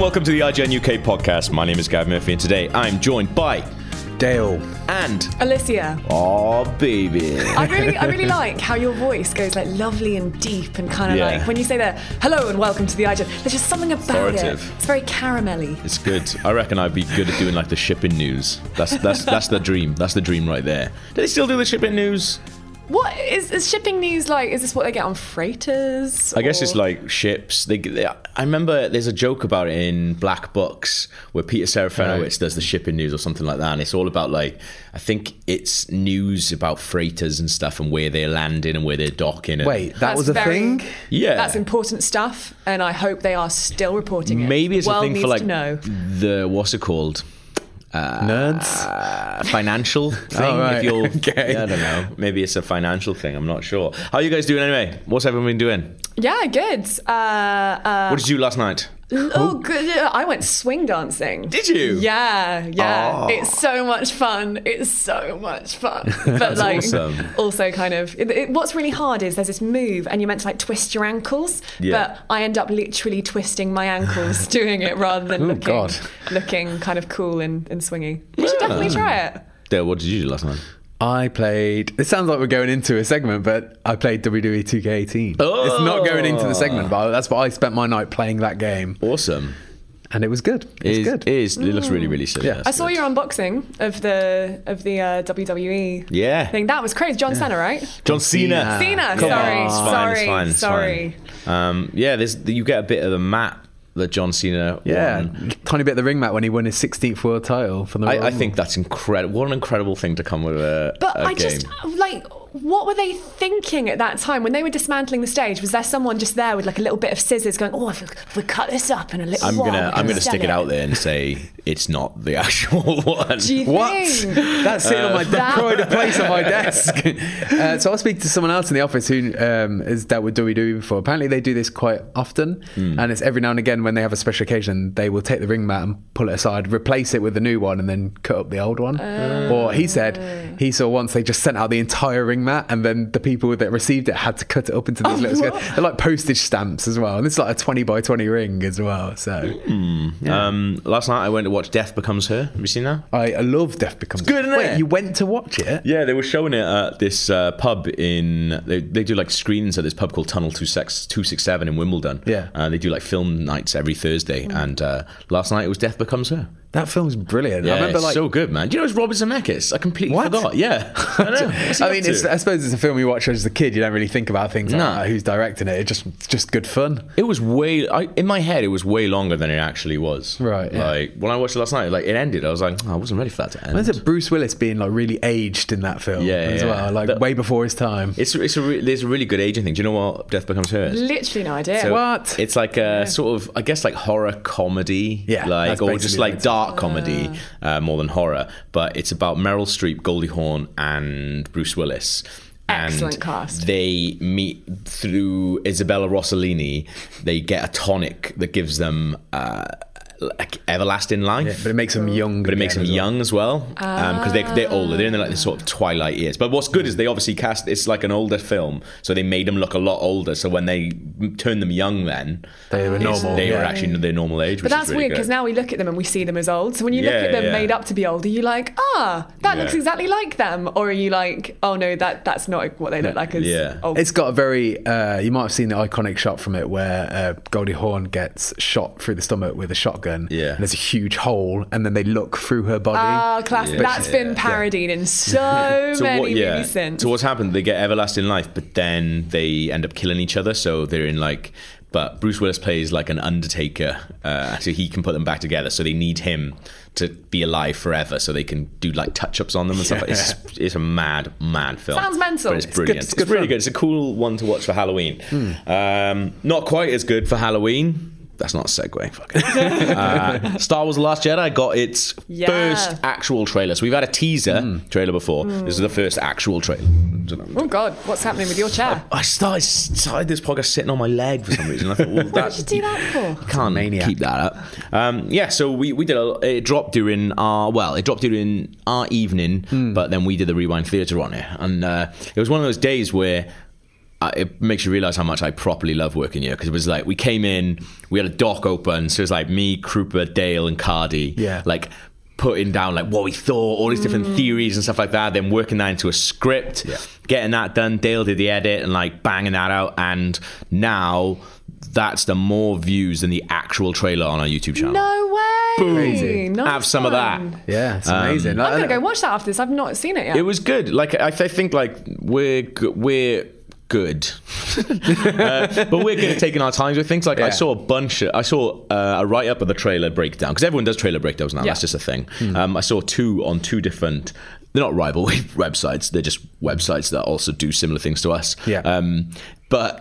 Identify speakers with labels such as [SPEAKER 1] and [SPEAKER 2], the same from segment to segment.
[SPEAKER 1] welcome to the IGN UK podcast. My name is Gav Murphy, and today I'm joined by
[SPEAKER 2] Dale.
[SPEAKER 1] and
[SPEAKER 3] Alicia,
[SPEAKER 1] oh baby,
[SPEAKER 3] I really, I really like how your voice goes like lovely and deep and kind of
[SPEAKER 1] Yeah.
[SPEAKER 3] like when you say that hello and welcome to the IGN. There's just something about
[SPEAKER 1] Authoritative.
[SPEAKER 3] it. It's very caramelly.
[SPEAKER 1] it's good. I reckon I'd be good at doing like the shipping news. That's that's that's the dream. That's the dream right there. Do they still do the shipping news?
[SPEAKER 3] What is, is shipping news like? Is this what they get on freighters?
[SPEAKER 1] I guess
[SPEAKER 3] or-
[SPEAKER 1] it's like ships. They, they, I remember there's a joke about it in Black Books where Peter Serafinowicz does the shipping news or something like that, and it's all about like I think it's news about freighters and stuff and where they're landing and where they're docking. And,
[SPEAKER 2] Wait, that
[SPEAKER 3] That's
[SPEAKER 2] was a
[SPEAKER 3] very-
[SPEAKER 2] thing?
[SPEAKER 1] yeah,
[SPEAKER 3] That's important stuff, and I hope they are still reporting it.
[SPEAKER 1] Maybe it's
[SPEAKER 3] the
[SPEAKER 1] a
[SPEAKER 3] world
[SPEAKER 1] thing
[SPEAKER 3] needs
[SPEAKER 1] for like
[SPEAKER 3] to know.
[SPEAKER 1] the what's it called? Ah.
[SPEAKER 2] Nerds?
[SPEAKER 1] Uh,
[SPEAKER 3] Oh,
[SPEAKER 1] financial thing.
[SPEAKER 2] right.
[SPEAKER 1] If you're,
[SPEAKER 2] Okay.
[SPEAKER 1] yeah, I don't know. Maybe it's a financial thing. I'm not sure. How are you guys doing anyway? What's everyone been doing?
[SPEAKER 3] Yeah, good. Uh, uh,
[SPEAKER 1] What did you do last night?
[SPEAKER 3] Oh, good. I went swing dancing.
[SPEAKER 1] Did you?
[SPEAKER 3] Yeah, yeah.
[SPEAKER 1] Oh.
[SPEAKER 3] It's so much fun. It's so much fun. But
[SPEAKER 1] That's
[SPEAKER 3] like,
[SPEAKER 1] awesome.
[SPEAKER 3] also kind of. It, it- what's really hard is there's this move, and you're meant to like twist your ankles.
[SPEAKER 1] Yeah.
[SPEAKER 3] But I end up literally twisting my ankles doing it rather
[SPEAKER 1] Oh,
[SPEAKER 3] than looking,
[SPEAKER 2] God.
[SPEAKER 3] looking kind of cool and, and swingy. You should definitely try it.
[SPEAKER 1] Dale, Uh, what did you do last night?
[SPEAKER 2] I played. It sounds like we're going into a segment, but I played E WWE 2K18. It's not going into the segment, but that's what I spent my night playing that game,
[SPEAKER 1] Awesome.
[SPEAKER 2] and it was good. It was
[SPEAKER 1] It is,
[SPEAKER 2] good.
[SPEAKER 1] it is. It looks really, really silly.
[SPEAKER 2] Yeah.
[SPEAKER 1] That's
[SPEAKER 3] I saw
[SPEAKER 1] good.
[SPEAKER 3] your unboxing of the of the uh, WWE
[SPEAKER 1] Yeah.
[SPEAKER 3] thing. That was crazy. John Cena, right?
[SPEAKER 1] John Cena.
[SPEAKER 2] Cena.
[SPEAKER 3] Cena.
[SPEAKER 1] Come
[SPEAKER 3] sorry,
[SPEAKER 1] on. It's fine,
[SPEAKER 3] sorry,
[SPEAKER 1] it's fine, it's
[SPEAKER 3] sorry.
[SPEAKER 1] fine. Um, yeah, there's, you get a bit of the map that John Cena
[SPEAKER 2] yeah,
[SPEAKER 1] won.
[SPEAKER 2] tiny bit of the ring mat when he won his 16th world title from the.
[SPEAKER 1] Mm. I, I
[SPEAKER 2] Rumble.
[SPEAKER 1] think that's incredible. What an incredible thing to come with a,
[SPEAKER 3] But
[SPEAKER 1] a
[SPEAKER 3] I
[SPEAKER 1] game.
[SPEAKER 3] just like, what were they thinking at that time when they were dismantling the stage? Was there someone just there with like a little bit of scissors going, "Oh, if we, if we cut this up in a little
[SPEAKER 1] I'm
[SPEAKER 3] while,
[SPEAKER 1] gonna
[SPEAKER 3] we
[SPEAKER 1] I'm
[SPEAKER 3] can
[SPEAKER 1] gonna
[SPEAKER 3] sell
[SPEAKER 1] stick it out there and say it's not the actual one.
[SPEAKER 3] Do you
[SPEAKER 2] What?
[SPEAKER 3] think?
[SPEAKER 2] That's sitting on my
[SPEAKER 3] That-
[SPEAKER 2] desk, pride of place on my desk. Uh, so I was speaking to someone else in the office who um, has dealt with WWE before. Apparently, they do this quite often,
[SPEAKER 1] Hmm.
[SPEAKER 2] and it's every now and again when they have a special occasion, they will take the ring mat and pull it aside, replace it with a new one, and then cut up the old one. Or he said he saw once they just sent out the entire ring mat, and then the people that received it had to cut it up into these little.
[SPEAKER 3] what?
[SPEAKER 2] They're like postage stamps as well, and it's like a twenty by twenty ring as well. So
[SPEAKER 1] Hmm. Um, last night I went to watch Death Becomes Her. Have you seen that?
[SPEAKER 2] I, I love Death Becomes
[SPEAKER 1] good, isn't
[SPEAKER 2] Wait,
[SPEAKER 1] it?
[SPEAKER 2] you went to watch it?
[SPEAKER 1] Yeah, they were showing it at this uh, pub in. They, they do like screenings at this pub called Tunnel Two Six Two Six Seven in Wimbledon.
[SPEAKER 2] Yeah.
[SPEAKER 1] uh, they do like film nights every Thursday,
[SPEAKER 3] Hmm.
[SPEAKER 1] and uh, last night it was Death Becomes Her.
[SPEAKER 2] That film's brilliant.
[SPEAKER 1] Yeah,
[SPEAKER 2] I remember
[SPEAKER 1] it's
[SPEAKER 2] like
[SPEAKER 1] so good, man. Do you know it's Robert Zemeckis? I completely
[SPEAKER 2] What?
[SPEAKER 1] forgot. Yeah, I know. What's he
[SPEAKER 2] I
[SPEAKER 1] up
[SPEAKER 2] mean,
[SPEAKER 1] to?
[SPEAKER 2] it's, I suppose it's a film you watch as a kid. You don't really think about things
[SPEAKER 1] No.
[SPEAKER 2] like that, who's directing it. It's just it's just good fun.
[SPEAKER 1] It was way I, in my head. It was way longer than it actually was.
[SPEAKER 2] Right, yeah.
[SPEAKER 1] Like when I watched it last night, like it ended. I was like, oh, I wasn't ready for that to end.
[SPEAKER 2] There's a Bruce Willis being like really aged in that film
[SPEAKER 1] Yeah,
[SPEAKER 2] as
[SPEAKER 1] yeah.
[SPEAKER 2] well, like
[SPEAKER 1] The-
[SPEAKER 2] way before his time.
[SPEAKER 1] It's it's a re- there's a really good agent thing. Do you know what Death Becomes Her? is?
[SPEAKER 3] Literally no idea.
[SPEAKER 1] So
[SPEAKER 2] What?
[SPEAKER 1] It's like a sort of I guess like horror comedy,
[SPEAKER 2] Yeah,
[SPEAKER 1] like
[SPEAKER 2] that's
[SPEAKER 1] or
[SPEAKER 2] basically Ah.
[SPEAKER 1] just
[SPEAKER 2] what
[SPEAKER 1] like
[SPEAKER 2] it's-
[SPEAKER 1] dark comedy uh, more than horror. But it's about Meryl Streep, Goldie Hawn, and Bruce Willis. And
[SPEAKER 3] Excellent cast.
[SPEAKER 1] They meet through Isabella Rossellini. They get a tonic that gives them uh, like everlasting life.
[SPEAKER 2] But it makes him young.
[SPEAKER 1] But it makes them young as well because they, they're older. They're in their like the sort of twilight years. But what's good is they obviously cast it's like an older film, so they made them look a lot older. So when they m- turned them young, then
[SPEAKER 2] They were
[SPEAKER 1] it's-
[SPEAKER 2] normal,
[SPEAKER 1] They were
[SPEAKER 2] yeah.
[SPEAKER 1] actually their normal age.
[SPEAKER 3] but
[SPEAKER 1] which is
[SPEAKER 3] that's
[SPEAKER 1] really
[SPEAKER 3] weird
[SPEAKER 1] good.
[SPEAKER 3] because now we look at them and we see them as old. So when you look
[SPEAKER 1] Yeah,
[SPEAKER 3] at them
[SPEAKER 1] yeah.
[SPEAKER 3] made up to be old, are you like, ah, that
[SPEAKER 1] Yeah.
[SPEAKER 3] looks exactly like them, or are you like, oh no, that that's not what they look like as
[SPEAKER 1] Yeah.
[SPEAKER 3] old?
[SPEAKER 2] It's got a very. Uh, you might have seen the iconic shot from it where uh, Goldie Hawn gets shot through the stomach with a shotgun.
[SPEAKER 1] Yeah.
[SPEAKER 2] And there's a huge hole, and then they look through her body.
[SPEAKER 3] Ah, class.
[SPEAKER 1] Yeah.
[SPEAKER 3] That's been
[SPEAKER 1] Yeah.
[SPEAKER 3] parodied in so, many
[SPEAKER 1] yeah.
[SPEAKER 3] movies since.
[SPEAKER 1] So what's happened? They get everlasting life, but then they end up killing each other. So they're in like. But Bruce Willis plays like an undertaker, uh, so he can put them back together. So they need him to be alive forever, so they can do like touch-ups on them and stuff. like It's, it's a mad, mad film.
[SPEAKER 3] Sounds mental.
[SPEAKER 1] But it's
[SPEAKER 3] It's
[SPEAKER 2] good-
[SPEAKER 1] brilliant. It's,
[SPEAKER 2] it's good
[SPEAKER 1] really
[SPEAKER 2] fun.
[SPEAKER 1] good. It's a cool one to watch for Halloween. Um, not quite as good for Halloween. That's not a segue. Fuck it. Uh, Star Wars: The Last Jedi got its
[SPEAKER 3] Yeah.
[SPEAKER 1] first actual trailer. So we've had a teaser trailer before. This is the first actual trailer.
[SPEAKER 3] oh God, what's happening with your chair?
[SPEAKER 1] I started, started this podcast sitting on my leg for some reason. I thought, well,
[SPEAKER 3] What
[SPEAKER 1] that
[SPEAKER 3] did you do that for?
[SPEAKER 1] can't
[SPEAKER 2] Maniac.
[SPEAKER 1] keep that up. Um, yeah, so we, we did a it dropped during our well, it dropped during our Hmm. evening, but then we did the Rewind Theatre on it, and uh, it was one of those days where. I, it makes you realize how much I properly love working here because it was like we came in, we had a dock open, so it was like me, Krupa, Dale, and Cardi,
[SPEAKER 2] Yeah.
[SPEAKER 1] like putting down like what we thought, all these different theories and stuff like that, then working that into a script, getting that done. Dale did the edit and like banging that out, and now that's the more views than the actual trailer on our YouTube channel.
[SPEAKER 3] No way.
[SPEAKER 2] Crazy.
[SPEAKER 3] Nice
[SPEAKER 1] Have some of that.
[SPEAKER 3] one.
[SPEAKER 2] Yeah, it's
[SPEAKER 1] Um,
[SPEAKER 2] amazing. Like,
[SPEAKER 3] I'm
[SPEAKER 2] I-
[SPEAKER 3] gonna go watch that after this. I've not seen it yet.
[SPEAKER 1] It was good. Like I, I think like we're g- we're good, Uh, but we're good at taking our times with things. Like I
[SPEAKER 2] Yeah.
[SPEAKER 1] saw a bunch. Of, I saw uh, a write up of the trailer breakdown because everyone does trailer breakdowns now.
[SPEAKER 3] Yeah.
[SPEAKER 1] That's just a thing.
[SPEAKER 2] Hmm.
[SPEAKER 1] Um, I saw two on two different. They're not rival websites. They're just websites that also do similar things to us.
[SPEAKER 2] Yeah.
[SPEAKER 1] Um, but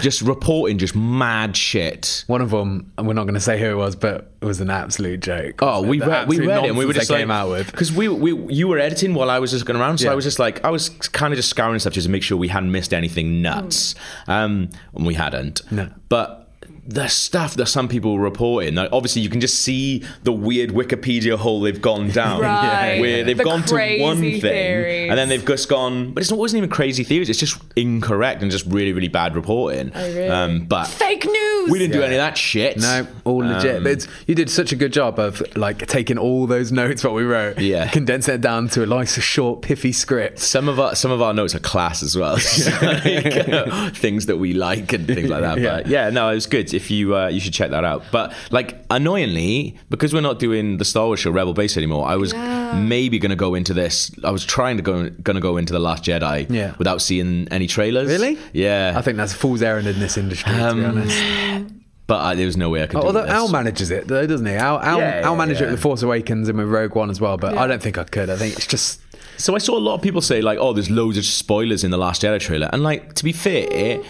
[SPEAKER 1] just reporting just mad shit.
[SPEAKER 2] One of them, and we're not going to say who it was, but it was an absolute joke.
[SPEAKER 1] Oh, we
[SPEAKER 2] The
[SPEAKER 1] read, we
[SPEAKER 2] absolute
[SPEAKER 1] read it. And we were
[SPEAKER 2] nonsense
[SPEAKER 1] just
[SPEAKER 2] they
[SPEAKER 1] like,
[SPEAKER 2] came out with.
[SPEAKER 1] because we, we you were editing while I was just going around, so
[SPEAKER 2] Yeah.
[SPEAKER 1] I was just like, I was kind of just scouring stuff just to make sure we hadn't missed anything nuts, um, and we hadn't.
[SPEAKER 2] Hmm. No.
[SPEAKER 1] but. The stuff that some people were reporting, like obviously you can just see the weird Wikipedia hole they've gone down,
[SPEAKER 3] Right.
[SPEAKER 1] where they've
[SPEAKER 3] The
[SPEAKER 1] gone to one thing
[SPEAKER 3] crazy theories.
[SPEAKER 1] and then they've just gone. But it's not wasn't even crazy theories; it's just incorrect and just really, really bad reporting. Um,
[SPEAKER 3] Oh, really?
[SPEAKER 1] but
[SPEAKER 3] Fake news.
[SPEAKER 1] we didn't do
[SPEAKER 2] Yeah.
[SPEAKER 1] any of that shit. Um,
[SPEAKER 2] No, all legit. But it's, you did such a good job of like taking all those notes what we wrote,
[SPEAKER 1] Yeah.
[SPEAKER 2] condensing it down to a nice, short, piffy script.
[SPEAKER 1] some of our some of our notes are class as well, Like, uh, things that we like and things like that. But yeah, no, it was good. If you uh, you should check that out. But like annoyingly, because we're not doing the Star Wars show Rebel Base anymore, I was
[SPEAKER 3] Yeah.
[SPEAKER 1] maybe gonna go into this. I was trying to go gonna go into the Last Jedi
[SPEAKER 2] Yeah.
[SPEAKER 1] without seeing any trailers.
[SPEAKER 2] Really?
[SPEAKER 1] Yeah,
[SPEAKER 2] I think that's a fool's errand in this industry, to be honest.
[SPEAKER 1] but uh, there was no way I could. do
[SPEAKER 2] Although
[SPEAKER 1] this.
[SPEAKER 2] Al manages it, though, doesn't he? Al, Al,
[SPEAKER 1] Yeah,
[SPEAKER 2] Al
[SPEAKER 1] yeah,
[SPEAKER 2] managed
[SPEAKER 1] yeah.
[SPEAKER 2] it with Force Awakens and with Rogue One as well, but
[SPEAKER 3] Yeah.
[SPEAKER 2] I don't think I could. I think it's just.
[SPEAKER 1] So I saw a lot of people say like, "Oh, there's loads of spoilers in the Last Jedi trailer," and like to be fair.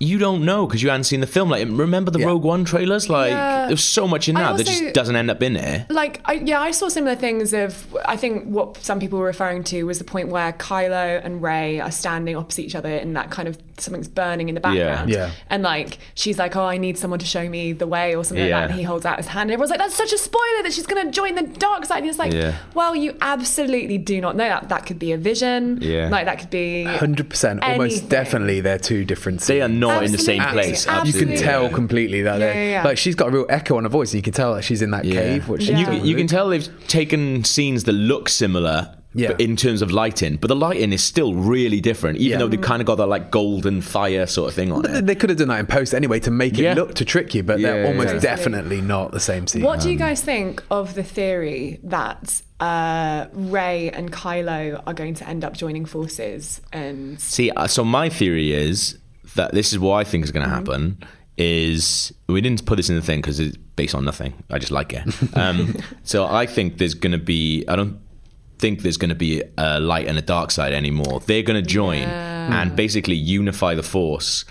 [SPEAKER 1] You don't know because you hadn't seen the film. Like, remember the
[SPEAKER 2] Yeah.
[SPEAKER 1] Rogue One trailers? Like,
[SPEAKER 3] Yeah.
[SPEAKER 1] there's so much in
[SPEAKER 3] I
[SPEAKER 1] that that
[SPEAKER 3] also-
[SPEAKER 1] just doesn't end up in there.
[SPEAKER 3] like I, yeah, I saw similar things of I think what some people were referring to was the point where Kylo and Ray are standing opposite each other and that kind of something's burning in the background.
[SPEAKER 2] Yeah.
[SPEAKER 3] And like she's like, Oh, I need someone to show me the way or something
[SPEAKER 1] Yeah.
[SPEAKER 3] like that and he holds out his hand and everyone's like, That's such a spoiler that she's gonna join the dark side and it's like,
[SPEAKER 1] Yeah.
[SPEAKER 3] Well, you absolutely do not know that. That could be a vision.
[SPEAKER 1] Yeah.
[SPEAKER 3] Like that could be
[SPEAKER 2] 100%
[SPEAKER 3] Anything.
[SPEAKER 2] almost definitely they're two different scenes.
[SPEAKER 1] They are not in the same
[SPEAKER 3] Absolutely.
[SPEAKER 1] place.
[SPEAKER 3] You can
[SPEAKER 2] you can
[SPEAKER 1] Absolutely.
[SPEAKER 2] tell completely that they're
[SPEAKER 3] Yeah, yeah, yeah.
[SPEAKER 2] like she's got a real echo on her voice and you can tell that she's in that
[SPEAKER 1] Yeah.
[SPEAKER 2] cave which
[SPEAKER 1] And
[SPEAKER 2] she
[SPEAKER 1] you,
[SPEAKER 3] Yeah.
[SPEAKER 1] can- you can tell they've taken scenes that look similar.
[SPEAKER 2] Yeah.
[SPEAKER 1] but in terms of lighting, but the lighting is still really different, even
[SPEAKER 2] Yeah.
[SPEAKER 1] though they kind of got that like golden fire sort of thing on
[SPEAKER 2] They-
[SPEAKER 1] it.
[SPEAKER 2] They could have done that in post anyway to make it
[SPEAKER 1] Yeah.
[SPEAKER 2] look to trick you, but
[SPEAKER 1] Yeah,
[SPEAKER 2] they're almost
[SPEAKER 1] yeah.
[SPEAKER 2] definitely not the same scene.
[SPEAKER 3] What do
[SPEAKER 1] um,
[SPEAKER 3] you guys think of the theory that uh, Ray and Kylo are going to end up joining forces? And
[SPEAKER 1] See, uh, so my theory is that this is what I think is going to
[SPEAKER 2] Mm-hmm.
[SPEAKER 1] happen. Is we didn't put this in the thing because it's based on nothing. I just like it. Um, so I think there's going to be. I don't think there's going to be a light and a dark side anymore. They're going to join
[SPEAKER 2] Hmm.
[SPEAKER 1] and basically unify the force.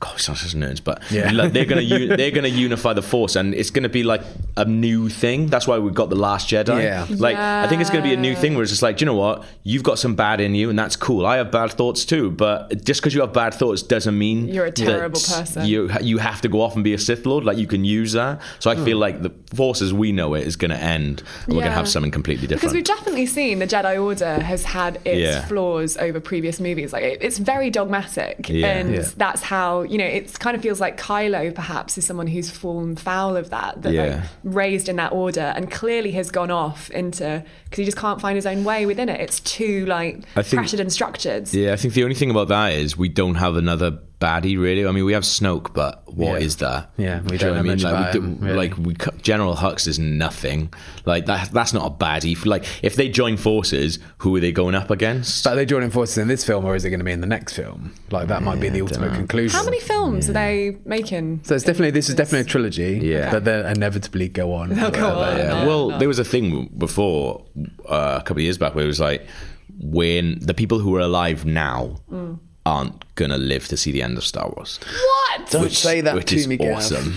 [SPEAKER 1] God, it sounds such nerds, but
[SPEAKER 2] Yeah.
[SPEAKER 1] like, they're going to un- they're going to unify the force, and it's going to be like a new thing. That's why we got the Last Jedi.
[SPEAKER 2] Yeah.
[SPEAKER 1] Like I think it's going to be a new
[SPEAKER 3] Yeah.
[SPEAKER 1] thing where it's just like, do you know what? You've got some bad in you, and that's cool. I have bad thoughts too, but just because you have bad thoughts doesn't mean
[SPEAKER 3] You're a
[SPEAKER 1] that
[SPEAKER 3] terrible person.
[SPEAKER 1] You you have to go off and be a Sith Lord. Like you can use that. So I
[SPEAKER 3] Hmm.
[SPEAKER 1] feel like the force as we know it is going to end, and we're going
[SPEAKER 3] Yeah.
[SPEAKER 1] to have something completely
[SPEAKER 3] because we've
[SPEAKER 1] different.
[SPEAKER 3] definitely seen the Jedi Order has had its
[SPEAKER 1] Yeah.
[SPEAKER 3] flaws over previous movies. Like it, it's very dogmatic,
[SPEAKER 1] Yeah.
[SPEAKER 3] and
[SPEAKER 2] Yeah.
[SPEAKER 3] that's how you know it kind of feels like Kylo perhaps is someone who's fallen foul of that, that
[SPEAKER 1] Yeah.
[SPEAKER 3] like, raised in that order, and clearly has gone off into because he just can't find his own way within it. It's too like
[SPEAKER 1] I think-
[SPEAKER 3] pressured and structured.
[SPEAKER 1] yeah, I think the only thing about that is we don't have another baddie really. I mean, we have Snoke, but what
[SPEAKER 2] Yeah.
[SPEAKER 1] is that?
[SPEAKER 2] Yeah, we
[SPEAKER 1] Do you
[SPEAKER 2] don't
[SPEAKER 1] know
[SPEAKER 2] know
[SPEAKER 1] what I mean?
[SPEAKER 2] much
[SPEAKER 1] Like,
[SPEAKER 2] about
[SPEAKER 1] we,
[SPEAKER 2] him,
[SPEAKER 1] do-
[SPEAKER 2] really.
[SPEAKER 1] like we cu- General Hux is nothing. Like that, that's not a baddie. If- Like if they join forces, who are they going up against?
[SPEAKER 2] But are they joining forces in this film, or is it going to be in the next film? Like that might be the ultimate conclusion.
[SPEAKER 3] How many films are they making?
[SPEAKER 2] So it's definitely this is definitely a trilogy.
[SPEAKER 1] Yeah.
[SPEAKER 2] that they'll inevitably go on.
[SPEAKER 3] They'll go
[SPEAKER 2] forever.
[SPEAKER 3] on.
[SPEAKER 1] Yeah.
[SPEAKER 3] Yeah.
[SPEAKER 1] Well, there was a thing before uh, a couple of years back where it was like when the people who are alive now
[SPEAKER 2] Mm.
[SPEAKER 1] aren't gonna live to see the end of Star Wars.
[SPEAKER 3] What?
[SPEAKER 2] Don't
[SPEAKER 1] Which-
[SPEAKER 2] say that
[SPEAKER 1] which
[SPEAKER 2] to
[SPEAKER 1] is
[SPEAKER 2] me, Gav.
[SPEAKER 1] awesome.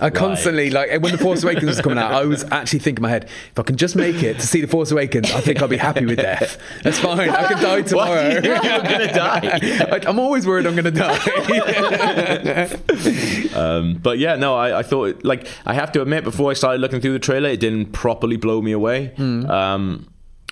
[SPEAKER 2] I constantly like when the Force Awakens was coming out, I was actually thinking in my head, if I can just make it to see the Force Awakens, I think I'll be happy with death. That's fine. I can die tomorrow.
[SPEAKER 1] What? You're gonna die.
[SPEAKER 2] I- I'm always worried I'm going to die.
[SPEAKER 1] Um, But yeah, no, I, I thought Hmm. like I have to admit before I started looking through the trailer, it didn't properly blow me away. Um,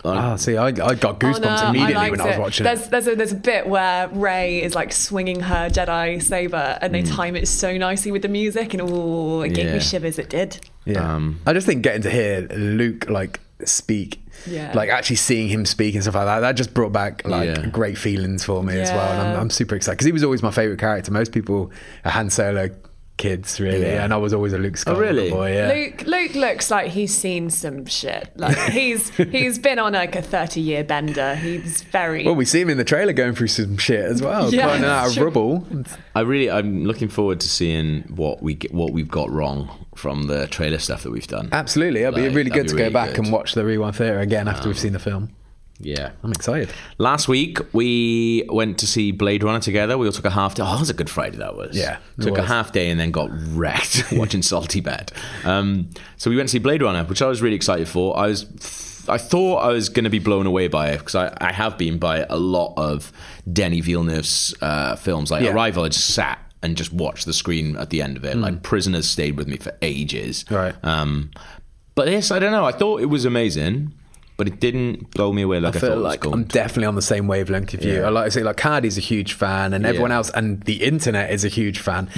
[SPEAKER 2] Ah, see, I, I got goosebumps
[SPEAKER 3] Oh, no,
[SPEAKER 2] immediately
[SPEAKER 3] liked
[SPEAKER 2] when I was
[SPEAKER 3] it.
[SPEAKER 2] watching
[SPEAKER 3] there's,
[SPEAKER 2] it.
[SPEAKER 3] There's a, there's a bit where Ray is like swinging her Jedi saber, and they
[SPEAKER 2] Mm.
[SPEAKER 3] time it so nicely with the music, and oh, it gave
[SPEAKER 1] Yeah.
[SPEAKER 3] me shivers. It did.
[SPEAKER 2] Yeah.
[SPEAKER 1] Um,
[SPEAKER 2] I just think getting to hear Luke like speak,
[SPEAKER 3] Yeah.
[SPEAKER 2] like actually seeing him speak and stuff like that, that just brought back like
[SPEAKER 1] Yeah.
[SPEAKER 2] great feelings for me as well. And I'm,
[SPEAKER 3] Yeah.
[SPEAKER 2] I'm super excited because he was always my favorite character. Most people are Han Solo kids, really,
[SPEAKER 1] Yeah. Oh,
[SPEAKER 2] and I was always a Luke Skywalker
[SPEAKER 1] really?
[SPEAKER 2] boy. Yeah.
[SPEAKER 3] Luke Luke looks like he's seen some shit. Like he's he's been on like a 30 year bender. He's very
[SPEAKER 2] Well, we see him in the trailer going through some shit as well,
[SPEAKER 3] Yeah,
[SPEAKER 2] climbing out of
[SPEAKER 3] sure.
[SPEAKER 2] rubble.
[SPEAKER 1] I really, I'm looking forward to seeing what we get, what we've got wrong from the trailer stuff that we've done.
[SPEAKER 2] Absolutely, it'd be
[SPEAKER 1] Like,
[SPEAKER 2] really
[SPEAKER 1] that'd
[SPEAKER 2] good
[SPEAKER 1] be
[SPEAKER 2] to
[SPEAKER 1] really
[SPEAKER 2] go back
[SPEAKER 1] good. Um,
[SPEAKER 2] and watch the Rewind Theatre again after we've seen the film.
[SPEAKER 1] Yeah.
[SPEAKER 2] I'm excited.
[SPEAKER 1] Last week we went to see Blade Runner together. We all took a half day. Oh, it was a good Friday that was.
[SPEAKER 2] Yeah, it
[SPEAKER 1] took a
[SPEAKER 2] was.
[SPEAKER 1] half day and then got wrecked watching Salty Bed. Um, so we went to see Blade Runner, which I was really excited for. I was, I thought I was going to be blown away by it because I, I have been by a lot of Denny Villeneuve's uh, films. Like
[SPEAKER 2] Yeah. Hmm.
[SPEAKER 1] Arrival, I just sat and just watched the screen at the end of it. Like Prisoners stayed with me for ages.
[SPEAKER 2] Right.
[SPEAKER 1] Um, but this, I don't know. I thought it was amazing. But it didn't blow me away like I,
[SPEAKER 2] I feel
[SPEAKER 1] thought
[SPEAKER 2] like
[SPEAKER 1] it was going
[SPEAKER 2] I'm definitely on the same wavelength of you.
[SPEAKER 1] Yeah.
[SPEAKER 2] I like to say, like Cardi's a huge fan, and everyone else, and the internet is a huge fan.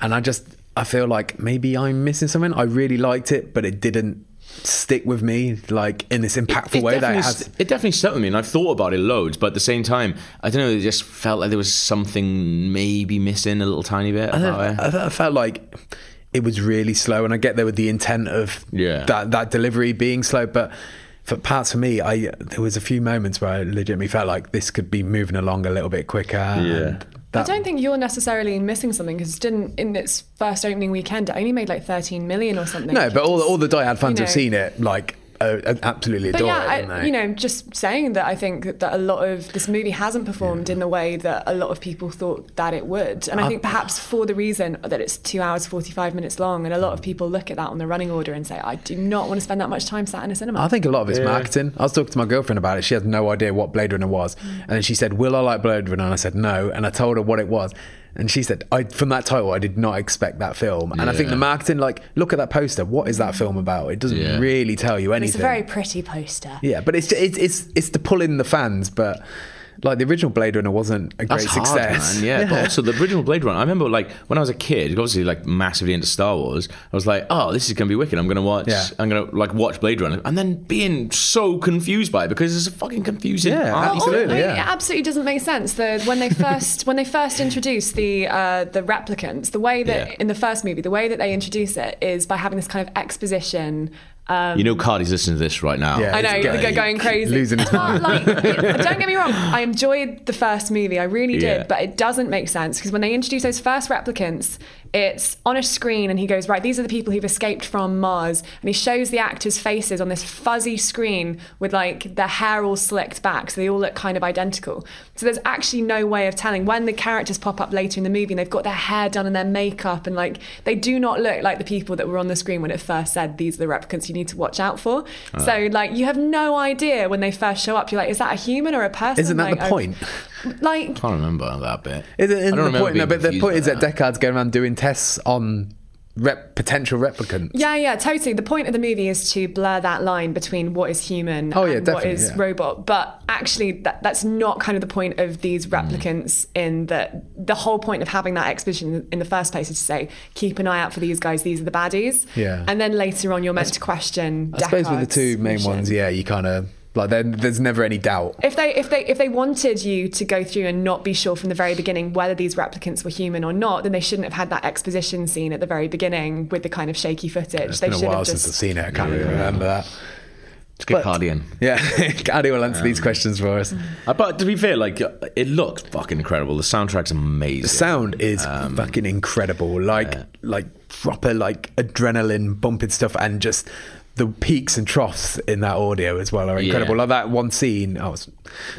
[SPEAKER 2] And I just, I feel like maybe I'm missing something. I really liked it, but it didn't stick with me like in this impactful way that it
[SPEAKER 1] definitely
[SPEAKER 2] has.
[SPEAKER 1] st- it definitely stuck with me, and I've thought about it loads. But at the same time, I don't know. It just felt like there was something maybe missing a little tiny bit. About it.
[SPEAKER 2] I, I felt like it was really slow, and I get there with the intent of
[SPEAKER 1] Yeah.
[SPEAKER 2] that that delivery being slow, but. For parts for me, I there was a few moments where I legitimately felt like this could be moving along a little bit quicker. and
[SPEAKER 3] I
[SPEAKER 2] that-
[SPEAKER 3] don't think you're necessarily missing something because it didn't in its first opening weekend. It only made like 13 million or something.
[SPEAKER 2] No, but all, all the diehard fans
[SPEAKER 3] you
[SPEAKER 2] who've
[SPEAKER 3] know.
[SPEAKER 2] seen it like uh, absolutely
[SPEAKER 3] But
[SPEAKER 2] adore
[SPEAKER 3] yeah,
[SPEAKER 2] it. don't
[SPEAKER 3] I,
[SPEAKER 2] they?
[SPEAKER 3] you know, just saying that I think that, that a lot of this movie hasn't performed in the way that a lot of people thought that it would, and I, think perhaps for the reason that it's two hours forty-five minutes long, and a
[SPEAKER 2] Mm.
[SPEAKER 3] lot of people look at that on the running order and say, "I do not want to spend that much time sat in a cinema."
[SPEAKER 2] I think a lot of it's marketing. I was talking to my girlfriend about it. She had no idea what Blade Runner was,
[SPEAKER 3] Mm.
[SPEAKER 2] and then she said, "Will I like Blade Runner?" And I said, "No," and I told her what it was, and she said, "I from that title, I did not expect that film." And I think
[SPEAKER 1] Yeah.
[SPEAKER 2] the marketing, like, look at that poster. What is that film about? It doesn't
[SPEAKER 1] Yeah.
[SPEAKER 2] really tell you
[SPEAKER 3] Mm.
[SPEAKER 2] anything.
[SPEAKER 3] it's a very pretty poster.
[SPEAKER 2] yeah, but it's it's it's it's to pull in the fans, but. Like the original Blade Runner wasn't a
[SPEAKER 1] That's
[SPEAKER 2] great
[SPEAKER 1] hard,
[SPEAKER 2] success.
[SPEAKER 1] man. Yeah, but also the original Blade Runner. I remember, like when I was a kid, obviously like massively into Star Wars. I was like, "Oh, this is gonna be wicked. I'm gonna watch.
[SPEAKER 2] Yeah.
[SPEAKER 1] I'm gonna like watch Blade Runner," and then being so confused by it because it's a fucking confusing.
[SPEAKER 2] Yeah,
[SPEAKER 1] art
[SPEAKER 2] absolutely.
[SPEAKER 1] film.
[SPEAKER 3] Honestly,
[SPEAKER 2] yeah.
[SPEAKER 3] Oh, It absolutely doesn't make sense. The when they first when they first introduced the uh, the replicants, the way that
[SPEAKER 1] Yeah.
[SPEAKER 3] in the first movie, the way that they introduce it is by having this kind of exposition. Um,
[SPEAKER 1] You know, Cardi's listening to this right now.
[SPEAKER 2] Yeah.
[SPEAKER 3] I know,
[SPEAKER 2] He's
[SPEAKER 3] you're
[SPEAKER 2] going-
[SPEAKER 3] going crazy.
[SPEAKER 2] losing his
[SPEAKER 3] But, like, it- don't get me wrong, I enjoyed the first movie, I really did,
[SPEAKER 1] Yeah.
[SPEAKER 3] but it doesn't make sense because when they introduce those first replicants, it's on a screen and he goes, Right, these are the people who've escaped from Mars. And he shows the actors' faces on this fuzzy screen with like their hair all slicked back, so they all look kind of identical. So there's actually no way of telling when the characters pop up later in the movie and they've got their hair done and their makeup and like they do not look like the people that were on the screen when it first said these are the replicants you need to watch out for.
[SPEAKER 2] Ah.
[SPEAKER 3] So like you have no idea when they first show up. You're like, is that a human or a person?
[SPEAKER 2] Isn't that
[SPEAKER 3] Like,
[SPEAKER 2] the
[SPEAKER 3] I-
[SPEAKER 2] point?
[SPEAKER 3] Like
[SPEAKER 1] I can't remember that bit.
[SPEAKER 2] Is it,
[SPEAKER 1] I don't
[SPEAKER 2] isn't the
[SPEAKER 1] remember
[SPEAKER 2] point? No,
[SPEAKER 1] being
[SPEAKER 2] but the
[SPEAKER 1] confused
[SPEAKER 2] point
[SPEAKER 1] by
[SPEAKER 2] is that Deckard's going around doing tests on rep- potential replicants.
[SPEAKER 3] Yeah, yeah, totally. The point of the movie is to blur that line between what is human
[SPEAKER 2] Oh, yeah,
[SPEAKER 3] and what
[SPEAKER 2] definitely,
[SPEAKER 3] is
[SPEAKER 2] yeah.
[SPEAKER 3] robot. But actually, that, that's not kind of the point of these
[SPEAKER 2] Hmm.
[SPEAKER 3] replicants. In that, the whole point of having that exhibition in the first place is to say, keep an eye out for these guys. These are the baddies.
[SPEAKER 2] Yeah.
[SPEAKER 3] And then later on, you're meant to question.
[SPEAKER 2] I suppose with the two main ones, yeah, you kind of like then there's never any doubt.
[SPEAKER 3] If they if they if they wanted you to go through and not be sure from the very beginning whether these replicants were human or not, then they shouldn't have had that exposition scene at the very beginning with the kind of shaky footage.
[SPEAKER 2] It's
[SPEAKER 3] they
[SPEAKER 2] been a
[SPEAKER 3] should
[SPEAKER 2] while
[SPEAKER 3] have just
[SPEAKER 2] since I've seen it. I can't really remember that.
[SPEAKER 1] Let's get Cardi in.
[SPEAKER 2] Yeah, Gary will
[SPEAKER 1] Um,
[SPEAKER 2] answer these questions for us.
[SPEAKER 1] Uh, But to be fair, like it looks fucking incredible. The soundtrack's amazing. Um,
[SPEAKER 2] The sound is fucking incredible. Like like proper like adrenaline bumping stuff and just the peaks and troughs in that audio as well are incredible.
[SPEAKER 1] Yeah.
[SPEAKER 2] Like that one scene, I was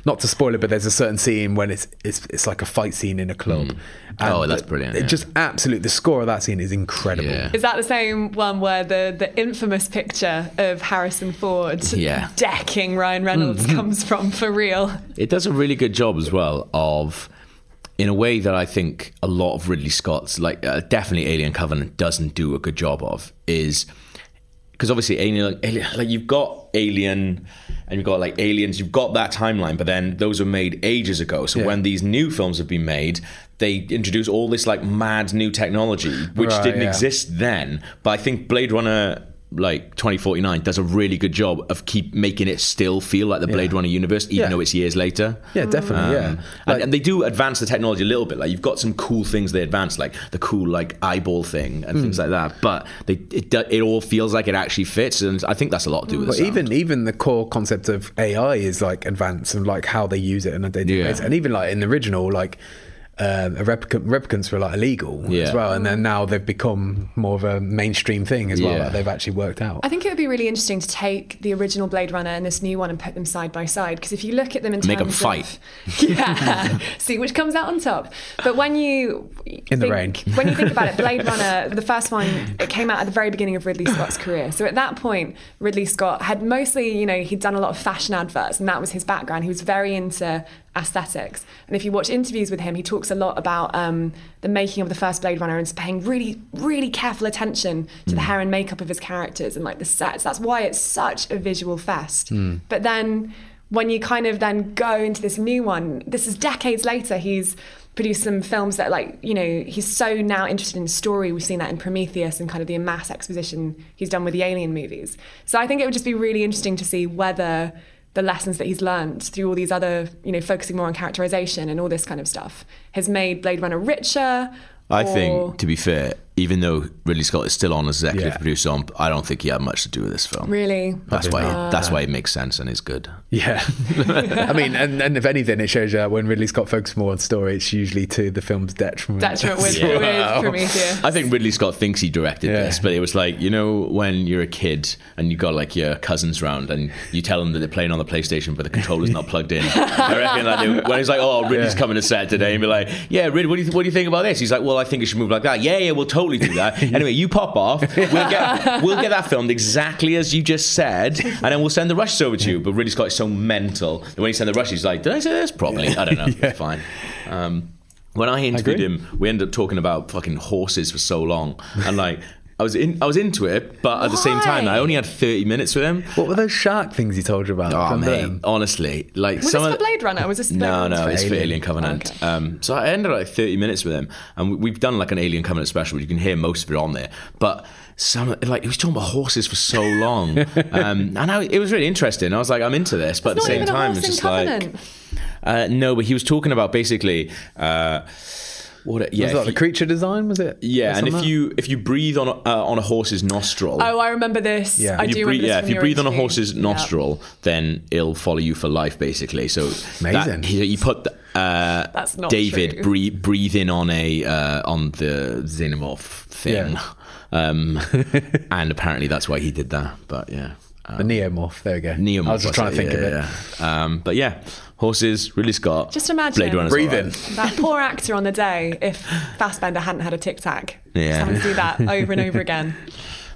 [SPEAKER 2] not to spoil it, but there's a certain scene when it's it's it's like a fight scene in a club.
[SPEAKER 1] Oh,
[SPEAKER 2] And
[SPEAKER 1] that's brilliant,
[SPEAKER 2] It
[SPEAKER 1] yeah.
[SPEAKER 2] just absolute the score of that scene is incredible.
[SPEAKER 1] Yeah.
[SPEAKER 3] Is that the same one where the, the infamous picture of Harrison Ford
[SPEAKER 1] Yeah. Mm-hmm.
[SPEAKER 3] decking Ryan Reynolds comes from for real?
[SPEAKER 1] It does a really good job as well of, in a way that I think a lot of Ridley Scott's, like uh, definitely Alien Covenant, doesn't do a good job of, is because obviously Alien, like, Alien, like you've got Alien, and you've got like Aliens, you've got that timeline, but then those were made ages ago. So
[SPEAKER 2] Yeah.
[SPEAKER 1] when these new films have been made, they introduce all this like mad new technology which
[SPEAKER 2] Right,
[SPEAKER 1] didn't
[SPEAKER 2] yeah.
[SPEAKER 1] exist then. But I think Blade Runner. Like 2049 does a really good job of keep making it still feel like the Blade Runner universe, even
[SPEAKER 2] Yeah.
[SPEAKER 1] though it's years later.
[SPEAKER 2] Yeah, definitely.
[SPEAKER 1] Um,
[SPEAKER 2] yeah.
[SPEAKER 1] and, and they do advance the technology a little bit. Like you've got some cool things they advance, like the cool like eyeball thing
[SPEAKER 2] Hmm.
[SPEAKER 1] and things like that. But they it do- it all feels like it actually fits, and I think that's a lot to do with the
[SPEAKER 2] But
[SPEAKER 1] sound.
[SPEAKER 2] even even the core concept of AI is like advanced and like how they use it in a day-to-day
[SPEAKER 1] Yeah.
[SPEAKER 2] basis. And even like in the original, like um, a replicant, replicants were like illegal
[SPEAKER 1] Yeah.
[SPEAKER 2] as well, and then now they've become more of a mainstream thing as well.
[SPEAKER 1] Yeah.
[SPEAKER 2] Like they've actually worked out.
[SPEAKER 3] I think it would be really interesting to take the original Blade Runner and this new one and put them side by side because if you look at them in
[SPEAKER 1] Make 'em
[SPEAKER 3] terms of-
[SPEAKER 1] fight.
[SPEAKER 3] yeah, see which comes out on top. But when you
[SPEAKER 2] In the
[SPEAKER 3] think-
[SPEAKER 2] rain.
[SPEAKER 3] when you think about it, Blade Runner, the first one, it came out at the very beginning of Ridley Scott's career. So at that point, Ridley Scott had mostly, you know, he'd done a lot of fashion adverts, and that was his background. He was very into aesthetics, and if you watch interviews with him, he talks a lot about um, the making of the first Blade Runner and paying really, really careful attention to the hair and makeup of his characters and like the sets. That's why it's such a visual fest. But then when you kind of then go into this new one, this is decades later. He's produced some films that, like, you know, he's so now interested in story. We've seen that in Prometheus and kind of the mass exposition he's done with the Alien movies. So I think it would just be really interesting to see whether the lessons that he's learned through all these other, you know, focusing more on characterization and all this kind of stuff has made Blade Runner richer.
[SPEAKER 1] I
[SPEAKER 3] or-
[SPEAKER 1] think, to be fair, even though Ridley Scott is still on as executive
[SPEAKER 2] Yeah.
[SPEAKER 1] producer, on, I don't think he had much to do with this film.
[SPEAKER 3] Really?
[SPEAKER 1] That's why
[SPEAKER 2] Uh,
[SPEAKER 1] it, that's why it makes sense and is good.
[SPEAKER 2] Yeah. I mean, and, and if anything, it shows you that when Ridley Scott focuses more on story, it's usually to the film's detriment.
[SPEAKER 3] Detriment with,
[SPEAKER 2] as well.
[SPEAKER 3] with Prometheus.
[SPEAKER 1] I think Ridley Scott thinks he directed
[SPEAKER 2] Yeah.
[SPEAKER 1] this, but it was like you know when you're a kid and you got like your cousins round and you tell them that they're playing on the PlayStation but the controller's not plugged in. I reckon like they, when he's like, "Oh, Ridley's
[SPEAKER 2] Yeah.
[SPEAKER 1] coming to set today," and be like, "Yeah, Rid, what do you th- what do you think about this?" He's like, "Well, I think it should move like that." Yeah, yeah, we'll totally do that. Anyway, you pop off. We'll get we'll get that filmed exactly as you just said, and then we'll send the rushes over to you. But Ridley Scott is so mental that when he sent the rushes, he's like, "Did I say this properly?" I don't know. It's fine. Um, when I interviewed
[SPEAKER 2] agree.
[SPEAKER 1] him, we ended up talking about fucking horses for so long, and like I was in, I was into it, but at the same time,
[SPEAKER 3] Why?
[SPEAKER 1] I only had thirty minutes with him.
[SPEAKER 2] What were those shark things he told you about?
[SPEAKER 1] Oh,
[SPEAKER 2] Remember
[SPEAKER 1] mate,
[SPEAKER 2] them?
[SPEAKER 1] honestly, like
[SPEAKER 3] Was
[SPEAKER 1] some
[SPEAKER 3] this
[SPEAKER 1] of
[SPEAKER 3] for
[SPEAKER 1] the-
[SPEAKER 3] Blade Runner? Was this Blade
[SPEAKER 1] no,
[SPEAKER 3] Runner?
[SPEAKER 1] no, it's for
[SPEAKER 2] Alien.
[SPEAKER 1] Alien Covenant.
[SPEAKER 3] Okay.
[SPEAKER 1] Um, so I ended up like 30 minutes with him, and we- we've done like an Alien Covenant special. You can hear most of it on there, but some like he was talking about horses for so long, um, and I, it was really interesting. I was like, I'm into this, but
[SPEAKER 3] Not
[SPEAKER 1] at the same
[SPEAKER 3] even a
[SPEAKER 1] time,
[SPEAKER 3] horse
[SPEAKER 1] it's
[SPEAKER 3] in
[SPEAKER 1] just like
[SPEAKER 3] Covenant.
[SPEAKER 1] uh, no. But he was talking about basically. Uh, what, yeah,
[SPEAKER 2] was that
[SPEAKER 1] if
[SPEAKER 2] the
[SPEAKER 1] you-
[SPEAKER 2] creature design? Was it?
[SPEAKER 1] yeah, and
[SPEAKER 2] Something
[SPEAKER 1] if
[SPEAKER 2] like that?
[SPEAKER 1] you if you breathe on a, uh, on a horse's nostril,
[SPEAKER 3] Oh, I remember this.
[SPEAKER 2] Yeah.
[SPEAKER 3] I
[SPEAKER 1] if
[SPEAKER 3] do
[SPEAKER 1] you breathe,
[SPEAKER 3] remember this
[SPEAKER 1] yeah,
[SPEAKER 3] from
[SPEAKER 1] if you
[SPEAKER 3] your
[SPEAKER 1] breathe on a
[SPEAKER 3] interview.
[SPEAKER 1] horse's
[SPEAKER 3] Yeah.
[SPEAKER 1] nostril, then it'll follow you for life, basically. So
[SPEAKER 2] Amazing. Oh,
[SPEAKER 1] That, he, he put uh,
[SPEAKER 3] That's not
[SPEAKER 1] David
[SPEAKER 3] true.
[SPEAKER 1] breathe breathing on a uh, on the xenomorph thing,
[SPEAKER 2] Yeah.
[SPEAKER 1] um, and apparently that's why he did that. But yeah, Uh,
[SPEAKER 2] the neomorph. There we go.
[SPEAKER 1] neomorph.
[SPEAKER 2] I was just trying to think
[SPEAKER 1] yeah,
[SPEAKER 2] of it.
[SPEAKER 1] yeah. Um, but yeah, horses. Ridley Scott.
[SPEAKER 3] Just imagine.
[SPEAKER 1] Blade Runner's
[SPEAKER 2] Breathing.
[SPEAKER 1] alright.
[SPEAKER 3] That poor actor on the day, if Fassbender hadn't had a tic tac.
[SPEAKER 1] Yeah.
[SPEAKER 3] Just having to do that over and over again.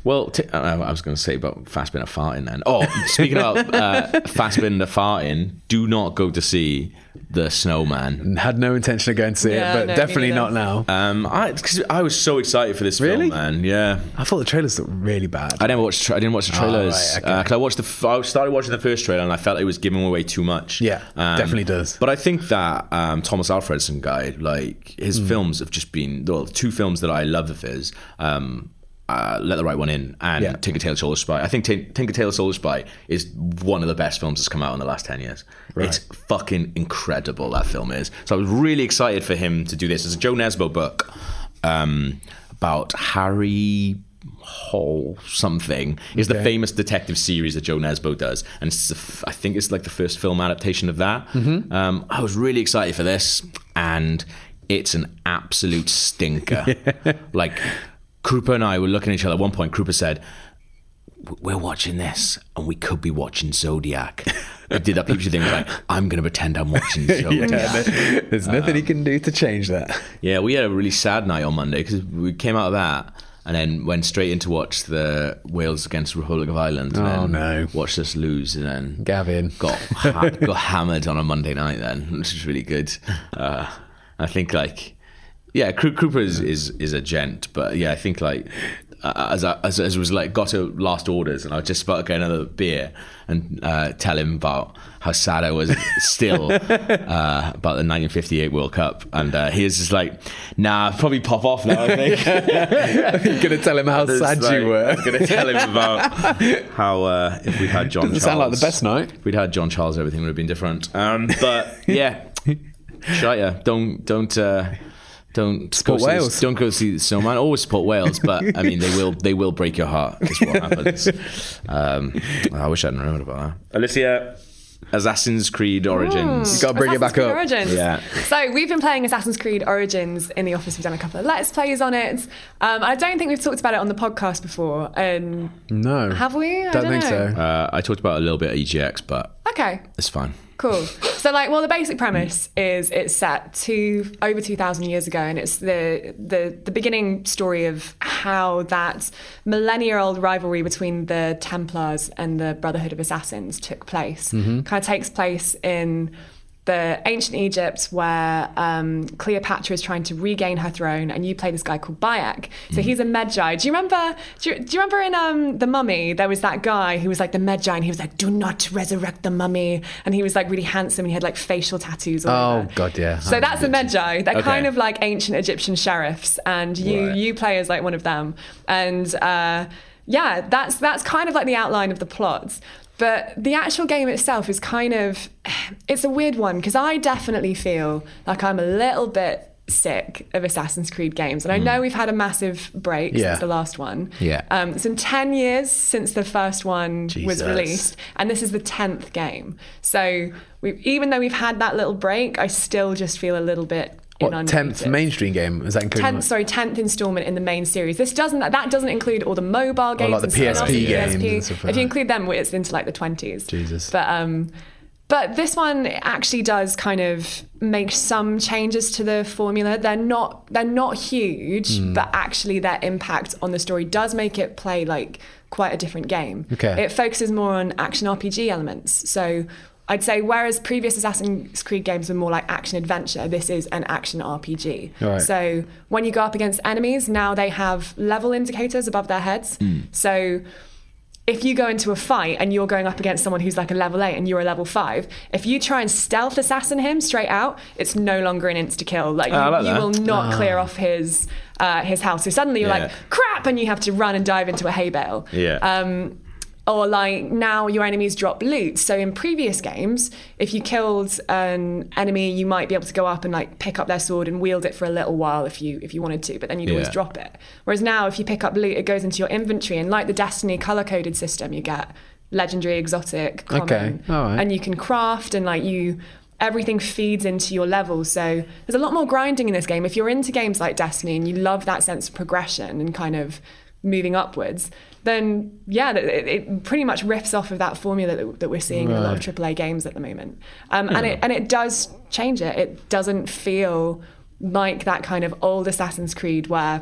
[SPEAKER 1] Well, t- uh, I was going to say about Fassbinder farting then. Oh, speaking about uh, Fassbinder farting, do not go to see The Snowman.
[SPEAKER 2] And Had no intention of going to see
[SPEAKER 3] Yeah,
[SPEAKER 2] it, but
[SPEAKER 3] no, me
[SPEAKER 2] definitely
[SPEAKER 3] neither.
[SPEAKER 2] not now.
[SPEAKER 1] Um, I, cause I was so excited for this film,
[SPEAKER 2] Really?
[SPEAKER 1] man. Yeah.
[SPEAKER 2] I thought the trailers looked really bad.
[SPEAKER 1] I never watched. Tra- I didn't watch the
[SPEAKER 2] Oh, right,
[SPEAKER 1] trailers
[SPEAKER 2] okay.
[SPEAKER 1] Uh, 'cause I watched the. F- I started watching the first trailer and I felt it was giving away too much. Um,
[SPEAKER 2] Yeah, definitely does.
[SPEAKER 1] But I think that um, Thomas Alfredson guy, like his
[SPEAKER 2] Hmm.
[SPEAKER 1] films have just been well, two films that I love of his. Um, uh, Let the Right One In and
[SPEAKER 2] Yeah.
[SPEAKER 1] Tinker Tailor Soldier Spy. I think Tin Tinker Tailor Soldier Spy is one of the best films that's come out in the last ten years. It's fucking incredible that film is. So I was really excited for him to do this. It's a Joe Nesbo book um, about Harry Hole something is the famous detective series that Joe Nesbo does, and it's the f- I think it's like the first film adaptation of that. Um, I was really excited for this, and it's an absolute stinker. like Krupa and I were looking at each other at one point. Krupa said, we're watching this and we could be watching Zodiac. I did that picture thing like, I'm going to pretend I'm watching Zodiac.
[SPEAKER 2] Yeah,
[SPEAKER 1] yeah. Um,
[SPEAKER 2] there- there's nothing he can do to change that.
[SPEAKER 1] we had a really sad night on Monday because we came out of that and then went straight in to watch the Wales against Republic of Ireland. And
[SPEAKER 2] Oh,
[SPEAKER 1] then
[SPEAKER 2] no.
[SPEAKER 1] Watched us lose and then
[SPEAKER 2] Gavin.
[SPEAKER 1] got, ha- got hammered on a Monday night then, which is really good. Uh, I think like, yeah, Kru- Krupa is, is, is a gent, but yeah, I think like uh, as I as, as it was like got to last orders, and I was just about to get another beer and uh, tell him about how sad I was still uh, about the 1958 World Cup, and uh, he was just like, "Nah, I'll probably pop off now." I think.
[SPEAKER 2] You're gonna tell him how
[SPEAKER 1] It's
[SPEAKER 2] sad
[SPEAKER 1] like,
[SPEAKER 2] you were.
[SPEAKER 1] I was going to tell him about how uh, if we had John
[SPEAKER 2] Doesn't
[SPEAKER 1] Charles,
[SPEAKER 2] sound like the best night.
[SPEAKER 1] If we'd had John Charles, everything would have been different. Um, but yeah, shite ya. Don't don't. Uh, don't
[SPEAKER 2] Support
[SPEAKER 1] go see
[SPEAKER 2] Wales.
[SPEAKER 1] this- don't go see the snowman. Always support Wales, but I mean they will they will break your heart. Is what happens. um, I wish I'd remembered about that. Alicia, Assassin's Creed Origins.
[SPEAKER 2] Gotta bring it
[SPEAKER 3] Assassin's
[SPEAKER 2] back
[SPEAKER 3] Creed
[SPEAKER 2] up.
[SPEAKER 3] Origins.
[SPEAKER 1] Yeah.
[SPEAKER 3] So we've been playing Assassin's Creed Origins in the office. We've done a couple of let's plays on it. Um, I don't think we've talked about it on the podcast before. Um,
[SPEAKER 2] No,
[SPEAKER 3] have we? I
[SPEAKER 2] Don't,
[SPEAKER 3] don't
[SPEAKER 2] think
[SPEAKER 3] know.
[SPEAKER 2] so.
[SPEAKER 1] Uh, I talked about it a little bit at EGX, but
[SPEAKER 3] okay.
[SPEAKER 1] it's fine.
[SPEAKER 3] Cool. So, like, well, the basic premise is it's set two over two thousand years ago, and it's the the the beginning story of how that millennia-old rivalry between the Templars and the Brotherhood of Assassins took place. Kind of takes place in the ancient Egypt, where um, Cleopatra is trying to regain her throne, and you play this guy called Bayek. So
[SPEAKER 2] Mm.
[SPEAKER 3] he's a Medjai. Do you remember? Do you, do you remember in um, the Mummy there was that guy who was like the Medjai, and he was like, "Do not resurrect the mummy," and he was like really handsome, and he had like facial tattoos. All
[SPEAKER 2] Oh,
[SPEAKER 3] over.
[SPEAKER 2] God, yeah.
[SPEAKER 3] So
[SPEAKER 2] I
[SPEAKER 3] that's the Medjai. They're
[SPEAKER 1] Okay.
[SPEAKER 3] kind of like ancient Egyptian sheriffs, and you
[SPEAKER 1] Right.
[SPEAKER 3] you play as like one of them, and uh, yeah, that's that's kind of like the outline of the plot. But the actual game itself is kind of it's a weird one because I definitely feel like I'm a little bit sick of Assassin's Creed games, and I know we've had a massive break
[SPEAKER 2] Yeah.
[SPEAKER 3] since the last one.
[SPEAKER 1] Hmm. Yeah.
[SPEAKER 3] um, it's been ten years since the first one was
[SPEAKER 1] Jesus.
[SPEAKER 3] released, and this is the tenth game. So we, even though we've had that little break, I still just feel a little bit
[SPEAKER 2] What
[SPEAKER 3] inundated.
[SPEAKER 2] tenth mainstream game was that including?
[SPEAKER 3] Tenth, sorry, tenth instalment in the main series. This doesn't that doesn't include all the mobile games,
[SPEAKER 2] like the
[SPEAKER 3] and spin-offs
[SPEAKER 2] PSP
[SPEAKER 3] and
[SPEAKER 2] games and stuff like
[SPEAKER 3] if you
[SPEAKER 2] that.
[SPEAKER 3] include them, it's into like the twenties.
[SPEAKER 2] Jesus.
[SPEAKER 3] But um, but this one actually does kind of make some changes to the formula. They're not they're not huge,
[SPEAKER 2] Hmm.
[SPEAKER 3] but actually their impact on the story does make it play like quite a different game.
[SPEAKER 2] Okay.
[SPEAKER 3] It focuses more on action RPG elements. So I'd say whereas previous Assassin's Creed games were more like action adventure, this is an action RPG.
[SPEAKER 2] Right.
[SPEAKER 3] So when you go up against enemies, now they have level indicators above their heads.
[SPEAKER 1] Hmm.
[SPEAKER 3] So if you go into a fight and you're going up against someone who's like a level eight and you're a level five, if you try and stealth assassin him straight out, it's no longer an insta kill. Like
[SPEAKER 1] Ah, I
[SPEAKER 3] you,
[SPEAKER 1] like
[SPEAKER 3] you
[SPEAKER 1] that.
[SPEAKER 3] will not clear off his uh, his house. So suddenly you're
[SPEAKER 1] Yeah.
[SPEAKER 3] like crap, and you have to run and dive into a hay bale.
[SPEAKER 1] Yeah.
[SPEAKER 3] Um, or like now your enemies drop loot. So in previous games, if you killed an enemy, you might be able to go up and like pick up their sword and wield it for a little while if you if you wanted to, but then you'd always
[SPEAKER 1] Yeah.
[SPEAKER 3] drop it. Whereas now if you pick up loot, it goes into your inventory and like the Destiny color coded system, you get legendary, exotic, common,
[SPEAKER 2] Okay, all right.
[SPEAKER 3] and you can craft and like you everything feeds into your level so there's a lot more grinding in this game if you're into games like destiny and you love that sense of progression and kind of moving upwards then yeah th- it, it pretty much riffs off of that formula that, that we're seeing in a lot of aaa games at the moment um, and, it, and it does change it it doesn't feel like that kind of old assassin's creed where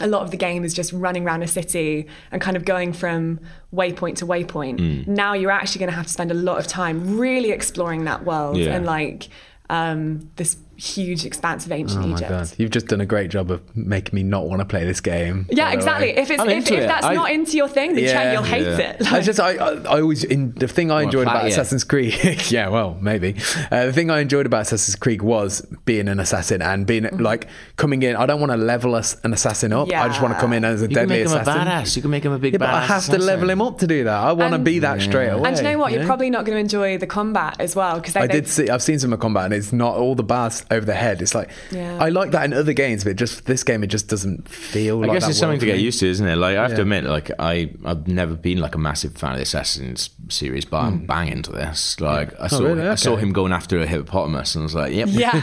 [SPEAKER 3] a lot of the game is just running around a city and kind of going from waypoint to waypoint.
[SPEAKER 1] Mm.
[SPEAKER 3] Now you're actually going to have to spend a lot of time really exploring that world
[SPEAKER 1] Yeah.
[SPEAKER 3] and like um, this huge expanse of ancient
[SPEAKER 2] Oh my
[SPEAKER 3] Egypt.
[SPEAKER 2] god, you've just done a great job of making me not want to play this game. by
[SPEAKER 3] Yeah,
[SPEAKER 2] the
[SPEAKER 3] exactly.
[SPEAKER 2] way.
[SPEAKER 3] If it's
[SPEAKER 1] I'm
[SPEAKER 3] if,
[SPEAKER 1] into
[SPEAKER 3] if
[SPEAKER 1] it.
[SPEAKER 3] that's
[SPEAKER 1] I-
[SPEAKER 3] not into your thing, then
[SPEAKER 2] Yeah.
[SPEAKER 3] yeah, you'll hate
[SPEAKER 1] Yeah.
[SPEAKER 3] it.
[SPEAKER 2] I just, I, I, I always, in, the thing I enjoyed
[SPEAKER 1] play
[SPEAKER 2] about
[SPEAKER 1] it.
[SPEAKER 2] Assassin's Creed, yeah, well, maybe. Uh, the thing I enjoyed about Assassin's Creed was being an assassin and being
[SPEAKER 1] Mm-hmm.
[SPEAKER 2] like coming in. I don't want to level us an assassin up. I just want to come in as a
[SPEAKER 1] You can
[SPEAKER 2] deadly
[SPEAKER 1] make him a
[SPEAKER 2] assassin.
[SPEAKER 1] badass. You can make him a big
[SPEAKER 2] Yeah,
[SPEAKER 1] badass.
[SPEAKER 2] but I have to level
[SPEAKER 1] assassin.
[SPEAKER 2] him up to do that. I want to
[SPEAKER 3] And-
[SPEAKER 2] be that straight away.
[SPEAKER 3] and do you know what?
[SPEAKER 2] you
[SPEAKER 3] You're probably not going to enjoy the combat as well because
[SPEAKER 2] I did see. I've seen some of combat, and it's not all the bars over the head. It's like
[SPEAKER 3] Yeah.
[SPEAKER 2] I like that in other games, but just this game, it just doesn't feel.
[SPEAKER 1] I
[SPEAKER 2] like
[SPEAKER 1] guess
[SPEAKER 2] that
[SPEAKER 1] it's something
[SPEAKER 2] world
[SPEAKER 1] to
[SPEAKER 2] for
[SPEAKER 1] get
[SPEAKER 2] me.
[SPEAKER 1] used to, isn't it? Like I have
[SPEAKER 2] Yeah.
[SPEAKER 1] to admit, like I I've never been like a massive fan of the Assassin's series, but I'm banging to this. Like I saw
[SPEAKER 2] Hmm. Oh, really?
[SPEAKER 1] I saw
[SPEAKER 2] Okay.
[SPEAKER 1] him going after a hippopotamus, and I was like, yep,
[SPEAKER 3] Yeah.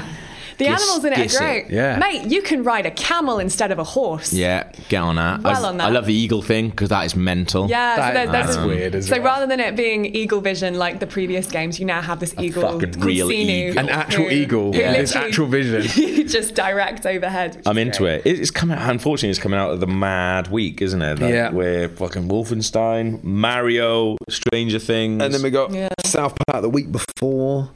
[SPEAKER 3] The
[SPEAKER 1] Yes,
[SPEAKER 3] animals in it
[SPEAKER 1] yes,
[SPEAKER 3] are great.
[SPEAKER 2] yeah.
[SPEAKER 3] Mate, you can ride a camel instead of a horse.
[SPEAKER 1] yeah, get on that.
[SPEAKER 3] Well
[SPEAKER 1] I,
[SPEAKER 3] on that.
[SPEAKER 1] I love the eagle thing because that is mental.
[SPEAKER 3] Yeah, so
[SPEAKER 2] That-
[SPEAKER 3] there- there's-
[SPEAKER 2] that's weird as
[SPEAKER 3] so
[SPEAKER 2] well.
[SPEAKER 3] rather than it being eagle vision like the previous games, you now have this eagle,
[SPEAKER 1] fucking
[SPEAKER 3] called
[SPEAKER 1] real
[SPEAKER 3] Sinu,
[SPEAKER 1] eagle.
[SPEAKER 2] an actual
[SPEAKER 3] who-
[SPEAKER 2] eagle.
[SPEAKER 3] who
[SPEAKER 2] Yeah. This
[SPEAKER 3] literally-
[SPEAKER 2] actual vision.
[SPEAKER 3] you just direct overhead. which
[SPEAKER 1] I'm
[SPEAKER 3] is
[SPEAKER 1] into
[SPEAKER 3] great.
[SPEAKER 1] it. It- It's coming. Unfortunately, it's coming out of the mad week, isn't it? Like,
[SPEAKER 2] Yeah.
[SPEAKER 1] We're fucking Wolfenstein, Mario, Stranger Things,
[SPEAKER 2] And then we got
[SPEAKER 3] Yeah.
[SPEAKER 2] South Park the week before.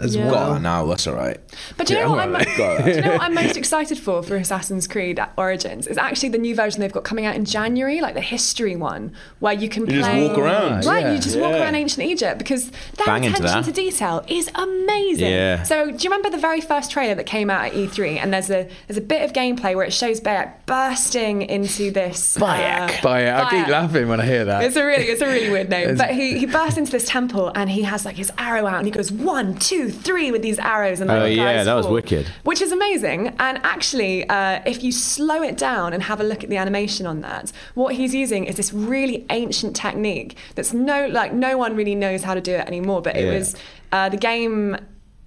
[SPEAKER 2] as
[SPEAKER 3] Yeah.
[SPEAKER 2] well.
[SPEAKER 1] Got that now. That's all right.
[SPEAKER 3] But do you,
[SPEAKER 2] Yeah,
[SPEAKER 3] know what
[SPEAKER 2] I'm
[SPEAKER 3] I'm,
[SPEAKER 2] all right.
[SPEAKER 1] Got
[SPEAKER 3] do you know what I'm most excited for for Assassin's Creed Origins is actually the new version they've got coming out in January, like the history one, where you can
[SPEAKER 1] You just
[SPEAKER 3] play.
[SPEAKER 1] walk around.
[SPEAKER 3] Right,
[SPEAKER 2] Yeah.
[SPEAKER 3] you just walk
[SPEAKER 1] Yeah.
[SPEAKER 3] around ancient Egypt because their
[SPEAKER 1] Bang into
[SPEAKER 3] attention
[SPEAKER 1] that.
[SPEAKER 3] to detail is amazing.
[SPEAKER 1] Yeah.
[SPEAKER 3] So do you remember the very first trailer that came out at E3? And there's a there's a bit of gameplay where it shows Bayek bursting into this uh,
[SPEAKER 1] Bayek.
[SPEAKER 2] But yeah, I keep
[SPEAKER 3] Bayek.
[SPEAKER 2] laughing when I hear that.
[SPEAKER 3] It's a really, it's a really weird name. But he, he bursts into this temple and he has like his arrow out and he goes one, two, three with these arrows and like,
[SPEAKER 1] Oh,
[SPEAKER 3] the
[SPEAKER 1] yeah,
[SPEAKER 3] guys
[SPEAKER 1] that was
[SPEAKER 3] fall.
[SPEAKER 1] wicked.
[SPEAKER 3] Which is amazing. And actually, uh, if you slow it down and have a look at the animation on that, what he's using is this really ancient technique that's no like no one really knows how to do it anymore. But it
[SPEAKER 1] Yeah.
[SPEAKER 3] was uh, the game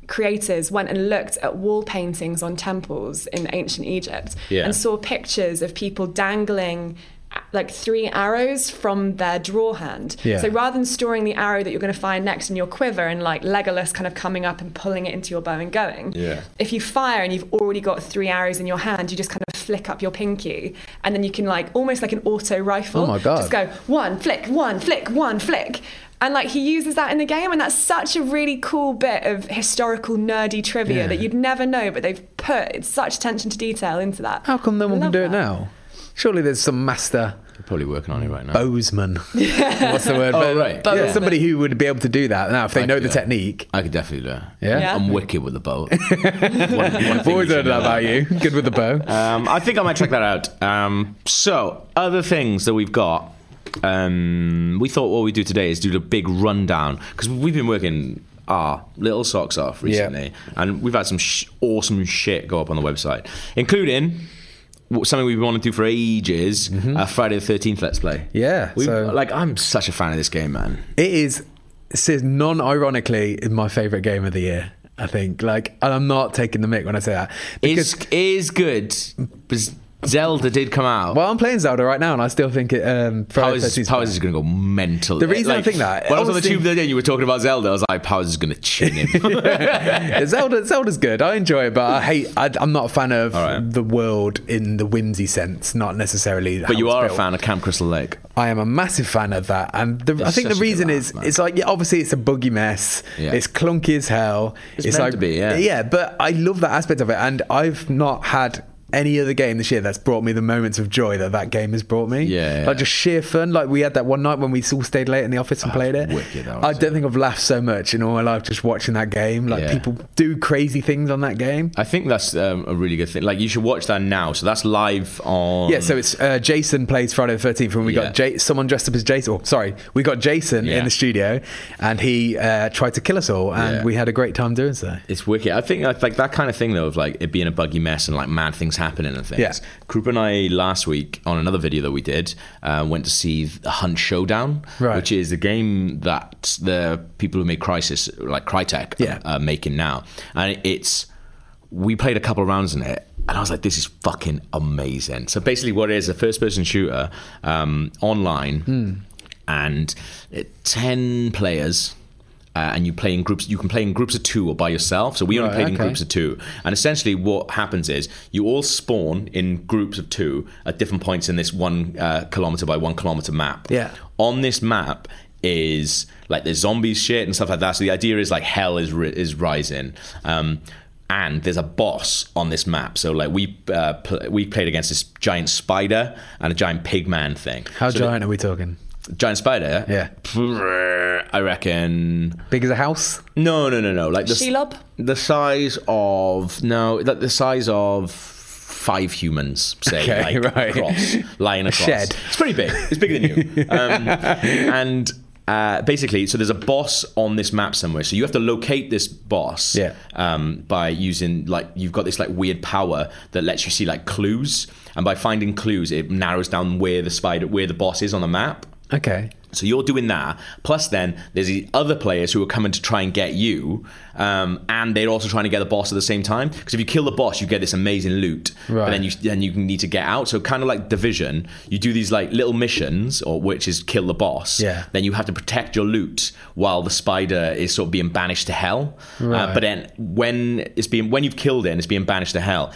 [SPEAKER 3] creators went and looked at wall paintings on temples in ancient Egypt
[SPEAKER 1] Yeah.
[SPEAKER 3] and saw pictures of people dangling uh, like three arrows from their draw hand.
[SPEAKER 2] Yeah.
[SPEAKER 3] So rather than storing the arrow that you're going to find next in your quiver and like Legolas kind of coming up and pulling it into your bow and going,
[SPEAKER 1] Yeah.
[SPEAKER 3] if you fire and you've already got three arrows in your hand, you just kind of flick up your pinky and then you can like almost like an auto rifle.
[SPEAKER 2] Oh my God.
[SPEAKER 3] Just go one flick, one flick, one flick. And like he uses that in the game, and that's such a really cool bit of historical nerdy trivia
[SPEAKER 2] Yeah.
[SPEAKER 3] that you'd never know, but they've put such attention to detail into that.
[SPEAKER 2] How come no one can
[SPEAKER 3] Love
[SPEAKER 2] do
[SPEAKER 3] that.
[SPEAKER 2] it now? Surely there's some master
[SPEAKER 1] Probably working on it right now.
[SPEAKER 2] Oh, bowsman. What's the word?
[SPEAKER 1] Oh, right.
[SPEAKER 2] But
[SPEAKER 1] Yeah.
[SPEAKER 2] somebody who would be able to do that now if they know
[SPEAKER 1] could
[SPEAKER 2] the
[SPEAKER 1] do that.
[SPEAKER 2] technique.
[SPEAKER 1] I could definitely do it.
[SPEAKER 2] Yeah?
[SPEAKER 3] Yeah.
[SPEAKER 1] I'm wicked with the bow. One- one thing
[SPEAKER 2] I've always
[SPEAKER 1] you
[SPEAKER 2] heard
[SPEAKER 1] should
[SPEAKER 2] that
[SPEAKER 1] know.
[SPEAKER 2] about you. Good with the bow.
[SPEAKER 1] Um, I think I might check that out. Um, so, other things that we've got. Um, we thought what we do today is do the big rundown because we've been working our little socks off recently, and we've had some sh- awesome shit go up on the website, including w- something we've wanted to do for ages: uh, Friday the Thirteenth Let's Play.
[SPEAKER 2] Mm-hmm. Yeah,
[SPEAKER 1] we
[SPEAKER 2] so-
[SPEAKER 1] like I'm such a fan of this game, man.
[SPEAKER 2] It is, it says non-ironically, my favorite game of the year. I think, like, and I'm not taking the mic when I say that because
[SPEAKER 1] It's is good. Because Zelda did come out.
[SPEAKER 2] well, I'm playing Zelda right now, and I still think it. Um,
[SPEAKER 1] How
[SPEAKER 2] Friday
[SPEAKER 1] is,
[SPEAKER 2] 13th
[SPEAKER 1] Powers is going to go mental. Eh,
[SPEAKER 2] The reason I think that-
[SPEAKER 1] When I was on the
[SPEAKER 2] honestly-
[SPEAKER 1] tube the other day and you were talking about Zelda, I was like, Powers is going to chin him.
[SPEAKER 2] Zelda, Zelda's good. I enjoy it, but I hate. I, I'm not a fan of
[SPEAKER 1] right.
[SPEAKER 2] the world in the whimsy sense, not necessarily.
[SPEAKER 1] but you are a fan of Camp Crystal Lake.
[SPEAKER 2] I am a massive fan of that, and the, I think the
[SPEAKER 1] such a good
[SPEAKER 2] reason
[SPEAKER 1] laugh,
[SPEAKER 2] is
[SPEAKER 1] man.
[SPEAKER 2] it's like yeah, obviously it's a boogie mess.
[SPEAKER 1] Yeah.
[SPEAKER 2] It's clunky as hell. It's,
[SPEAKER 1] meant
[SPEAKER 2] like
[SPEAKER 1] to be, yeah.
[SPEAKER 2] But I love that aspect of it, and I've not had any other game this year that's brought me the moments of joy that that game has brought me.
[SPEAKER 1] Yeah, yeah.
[SPEAKER 2] like just sheer fun. Like we had that one night when we all stayed late in the office and played it.
[SPEAKER 1] wicked, that
[SPEAKER 2] I
[SPEAKER 1] was,
[SPEAKER 2] don't
[SPEAKER 1] yeah.
[SPEAKER 2] think I've laughed so much in all my life just watching that game. Like
[SPEAKER 1] Yeah.
[SPEAKER 2] people do crazy things on that game.
[SPEAKER 1] I think that's um, a really good thing. Like, you should watch that now. So that's live on.
[SPEAKER 2] Yeah, so it's uh, Jason plays Friday the Thirteenth, and we
[SPEAKER 1] Yeah.
[SPEAKER 2] got J- someone dressed up as Jason. Or, sorry, we got Jason
[SPEAKER 1] Yeah.
[SPEAKER 2] in the studio, and he uh, tried to kill us all, and
[SPEAKER 1] Yeah.
[SPEAKER 2] we had a great time doing so.
[SPEAKER 1] It's wicked. I think like, like that kind of thing though, of like it being a buggy mess and like mad things happening and things.
[SPEAKER 2] Yeah.
[SPEAKER 1] Krupa and I last week on another video that we did uh, went to see the Hunt Showdown,
[SPEAKER 2] Right.
[SPEAKER 1] which is the game that the people who make Crisis, like Crytek,
[SPEAKER 2] Yeah.
[SPEAKER 1] are, are making now, and it's we played a couple of rounds in it. And I was like, this is fucking amazing. So basically, what it is a first person shooter um, online,
[SPEAKER 2] Hmm.
[SPEAKER 1] and it, 10 players. Uh, and you play in groups. You can play in groups of two or by yourself. So we only
[SPEAKER 2] Right,
[SPEAKER 1] played in
[SPEAKER 2] okay.
[SPEAKER 1] groups of two. And essentially, what happens is you all spawn in groups of two at different points in this one uh, kilometer by one kilometer map.
[SPEAKER 2] Yeah.
[SPEAKER 1] On this map is like there's zombies shit and stuff like that. So the idea is like hell is ri- is rising. Um, and there's a boss on this map. So like we uh, pl- we played against this giant spider and a giant pig man thing.
[SPEAKER 2] How
[SPEAKER 1] So the-
[SPEAKER 2] giant are we talking?
[SPEAKER 1] giant spider?
[SPEAKER 2] Yeah.
[SPEAKER 1] I reckon
[SPEAKER 2] Big as a house?
[SPEAKER 1] no, no, no, no. Like the
[SPEAKER 3] Shelob?
[SPEAKER 1] the size of no, like the size of five humans, say,
[SPEAKER 2] Okay,
[SPEAKER 1] like
[SPEAKER 2] right.
[SPEAKER 1] across, lying across.
[SPEAKER 2] shed.
[SPEAKER 1] It's pretty big. It's bigger than you. Um, and. Uh, basically, so there's a boss on this map somewhere. So you have to locate this boss
[SPEAKER 2] Yeah.
[SPEAKER 1] um, by using like you've got this like weird power that lets you see like clues, and by finding clues, it narrows down where the spider, where the boss is on the map.
[SPEAKER 2] Okay.
[SPEAKER 1] So you're doing that. Plus, then there's these other players who are coming to try and get you, um, and they're also trying to get the boss at the same time. Because if you kill the boss, you get this amazing loot,
[SPEAKER 2] Right.
[SPEAKER 1] but then you then you need to get out. So kind of like Division, you do these like little missions, or which is kill the boss.
[SPEAKER 2] Yeah.
[SPEAKER 1] Then you have to protect your loot while the spider is sort of being banished to hell.
[SPEAKER 2] Right.
[SPEAKER 1] Uh, but then when it's being when you've killed it and it's being banished to hell.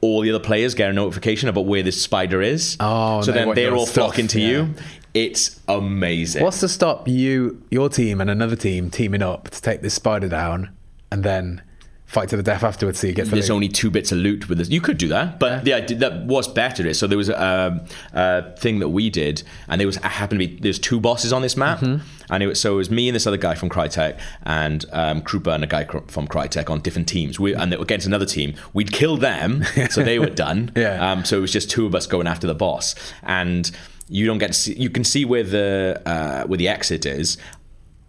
[SPEAKER 1] All the other players get a notification about where this spider is.
[SPEAKER 2] Oh,
[SPEAKER 1] so
[SPEAKER 2] they
[SPEAKER 1] then
[SPEAKER 2] want
[SPEAKER 1] they're
[SPEAKER 2] your
[SPEAKER 1] all
[SPEAKER 2] stuff,
[SPEAKER 1] flocking to
[SPEAKER 2] yeah.
[SPEAKER 1] you. It's amazing.
[SPEAKER 2] What's to stop you, your team, and another team teaming up to take this spider down? and then fight to the death afterwards so you get the
[SPEAKER 1] There's
[SPEAKER 2] loot.
[SPEAKER 1] only two bits of loot with this. You could do that, but yeah, idea that was better. Is so there was a, um, a thing that we did, and there was happened to be there's two bosses on this map, and it was so it was me and this other guy from Crytek and um, Krupa and a guy cr- from Crytek on different teams. We and against another team, we'd kill them, so they were done.
[SPEAKER 2] Yeah.
[SPEAKER 1] Um, so it was just two of us going after the boss, and you don't get to see, you can see where the uh, where the exit is.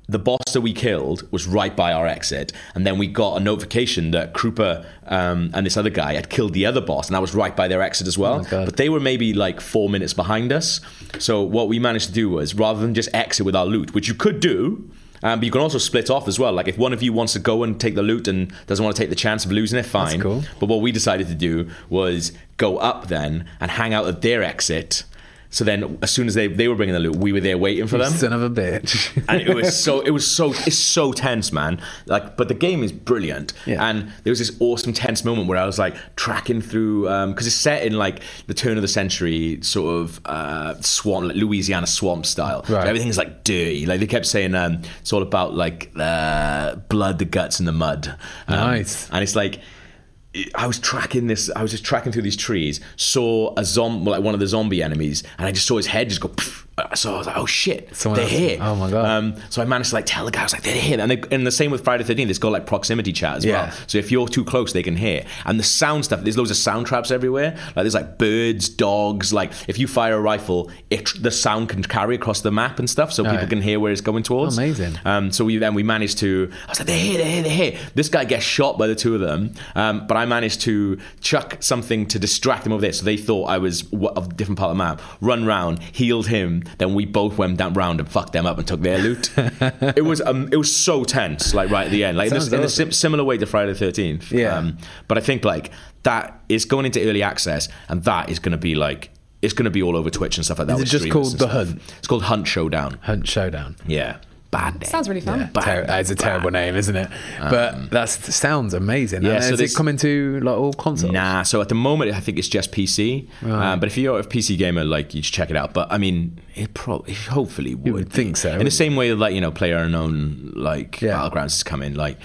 [SPEAKER 1] The boss that we killed was right by our exit, and then we got a notification that Krupa um, and this other guy had killed the other boss, and that was right by their exit as well.
[SPEAKER 2] Oh God.
[SPEAKER 1] but they were maybe like four minutes behind us. So what we managed to do was, rather than just exit with our loot, which you could do. Um, but you can also split off as well. Like if one of you wants to go and take the loot and doesn't want to take the chance of losing it, fine.
[SPEAKER 2] cool.
[SPEAKER 1] But what we decided to do was go up then and hang out at their exit. So then, as soon as they, they were bringing the loot, we were there waiting for them.
[SPEAKER 2] Son of a bitch.
[SPEAKER 1] and it was so it was so it's so tense, man. Like, but the game is brilliant.
[SPEAKER 2] Yeah.
[SPEAKER 1] And there was this awesome tense moment where I was like tracking through because it's set in like the turn of the century sort of uh, swamp, like Louisiana swamp style. So
[SPEAKER 2] Right.
[SPEAKER 1] everything's like dirty. Like they kept saying um, it's all about like uh, blood, the guts, and the mud. Um,
[SPEAKER 2] Nice.
[SPEAKER 1] And it's like. I was tracking this. I was just tracking through these trees. Saw a zombie, like one of the zombie enemies, and I just saw his head just go. Pff. So I was like, "Oh shit,
[SPEAKER 2] Someone
[SPEAKER 1] they're
[SPEAKER 2] else-
[SPEAKER 1] here!"
[SPEAKER 2] oh my God.
[SPEAKER 1] Um, so I managed to like tell the guy, I was like, "They're here!" And, they, and the same with Friday Thirteenth. It's got like proximity chat as
[SPEAKER 2] Yeah.
[SPEAKER 1] well. So if you're too close, they can hear. And the sound stuff. There's loads of sound traps everywhere. Like there's like birds, dogs. Like if you fire a rifle, it the sound can carry across the map and stuff, so people
[SPEAKER 2] yeah.
[SPEAKER 1] can hear where it's going towards.
[SPEAKER 2] Amazing.
[SPEAKER 1] Um, so we then we managed to. I was like, they're here, they're here, they're here. This guy gets shot by the two of them, um, but I managed to chuck something to distract them over there. So they thought I was w- of a different part of the map. Run round, healed him. Then we both went down round and fucked them up and took their loot. it was um, it was so tense, like right at the end, like in,
[SPEAKER 2] Sounds
[SPEAKER 1] this, in a
[SPEAKER 2] awesome.
[SPEAKER 1] sim- similar way to Friday the Thirteenth. Um,
[SPEAKER 2] Yeah.
[SPEAKER 1] but I think like that is going into early access, and that is going to be like. It's going to be all over Twitch and stuff like that.
[SPEAKER 2] Is it
[SPEAKER 1] with
[SPEAKER 2] just
[SPEAKER 1] streamers
[SPEAKER 2] called
[SPEAKER 1] and
[SPEAKER 2] The
[SPEAKER 1] stuff.
[SPEAKER 2] Hunt?
[SPEAKER 1] It's called Hunt Showdown.
[SPEAKER 2] Hunt Showdown.
[SPEAKER 1] Yeah. Bad name.
[SPEAKER 3] Sounds really fun.
[SPEAKER 1] Bad.
[SPEAKER 2] Ter- that is a terrible name, isn't it? but that sounds amazing.
[SPEAKER 1] yeah,
[SPEAKER 2] and
[SPEAKER 1] so
[SPEAKER 2] is
[SPEAKER 1] this-
[SPEAKER 2] it coming to like all consoles?
[SPEAKER 1] Nah, so at the moment I think it's just PC. Um, but if you're a PC gamer, like you should check it out. But I mean, it probably hopefully would,
[SPEAKER 2] would think so,
[SPEAKER 1] In the
[SPEAKER 2] wouldn't
[SPEAKER 1] same way that like you know, player unknown like
[SPEAKER 2] Yeah.
[SPEAKER 1] battlegrounds is coming. Like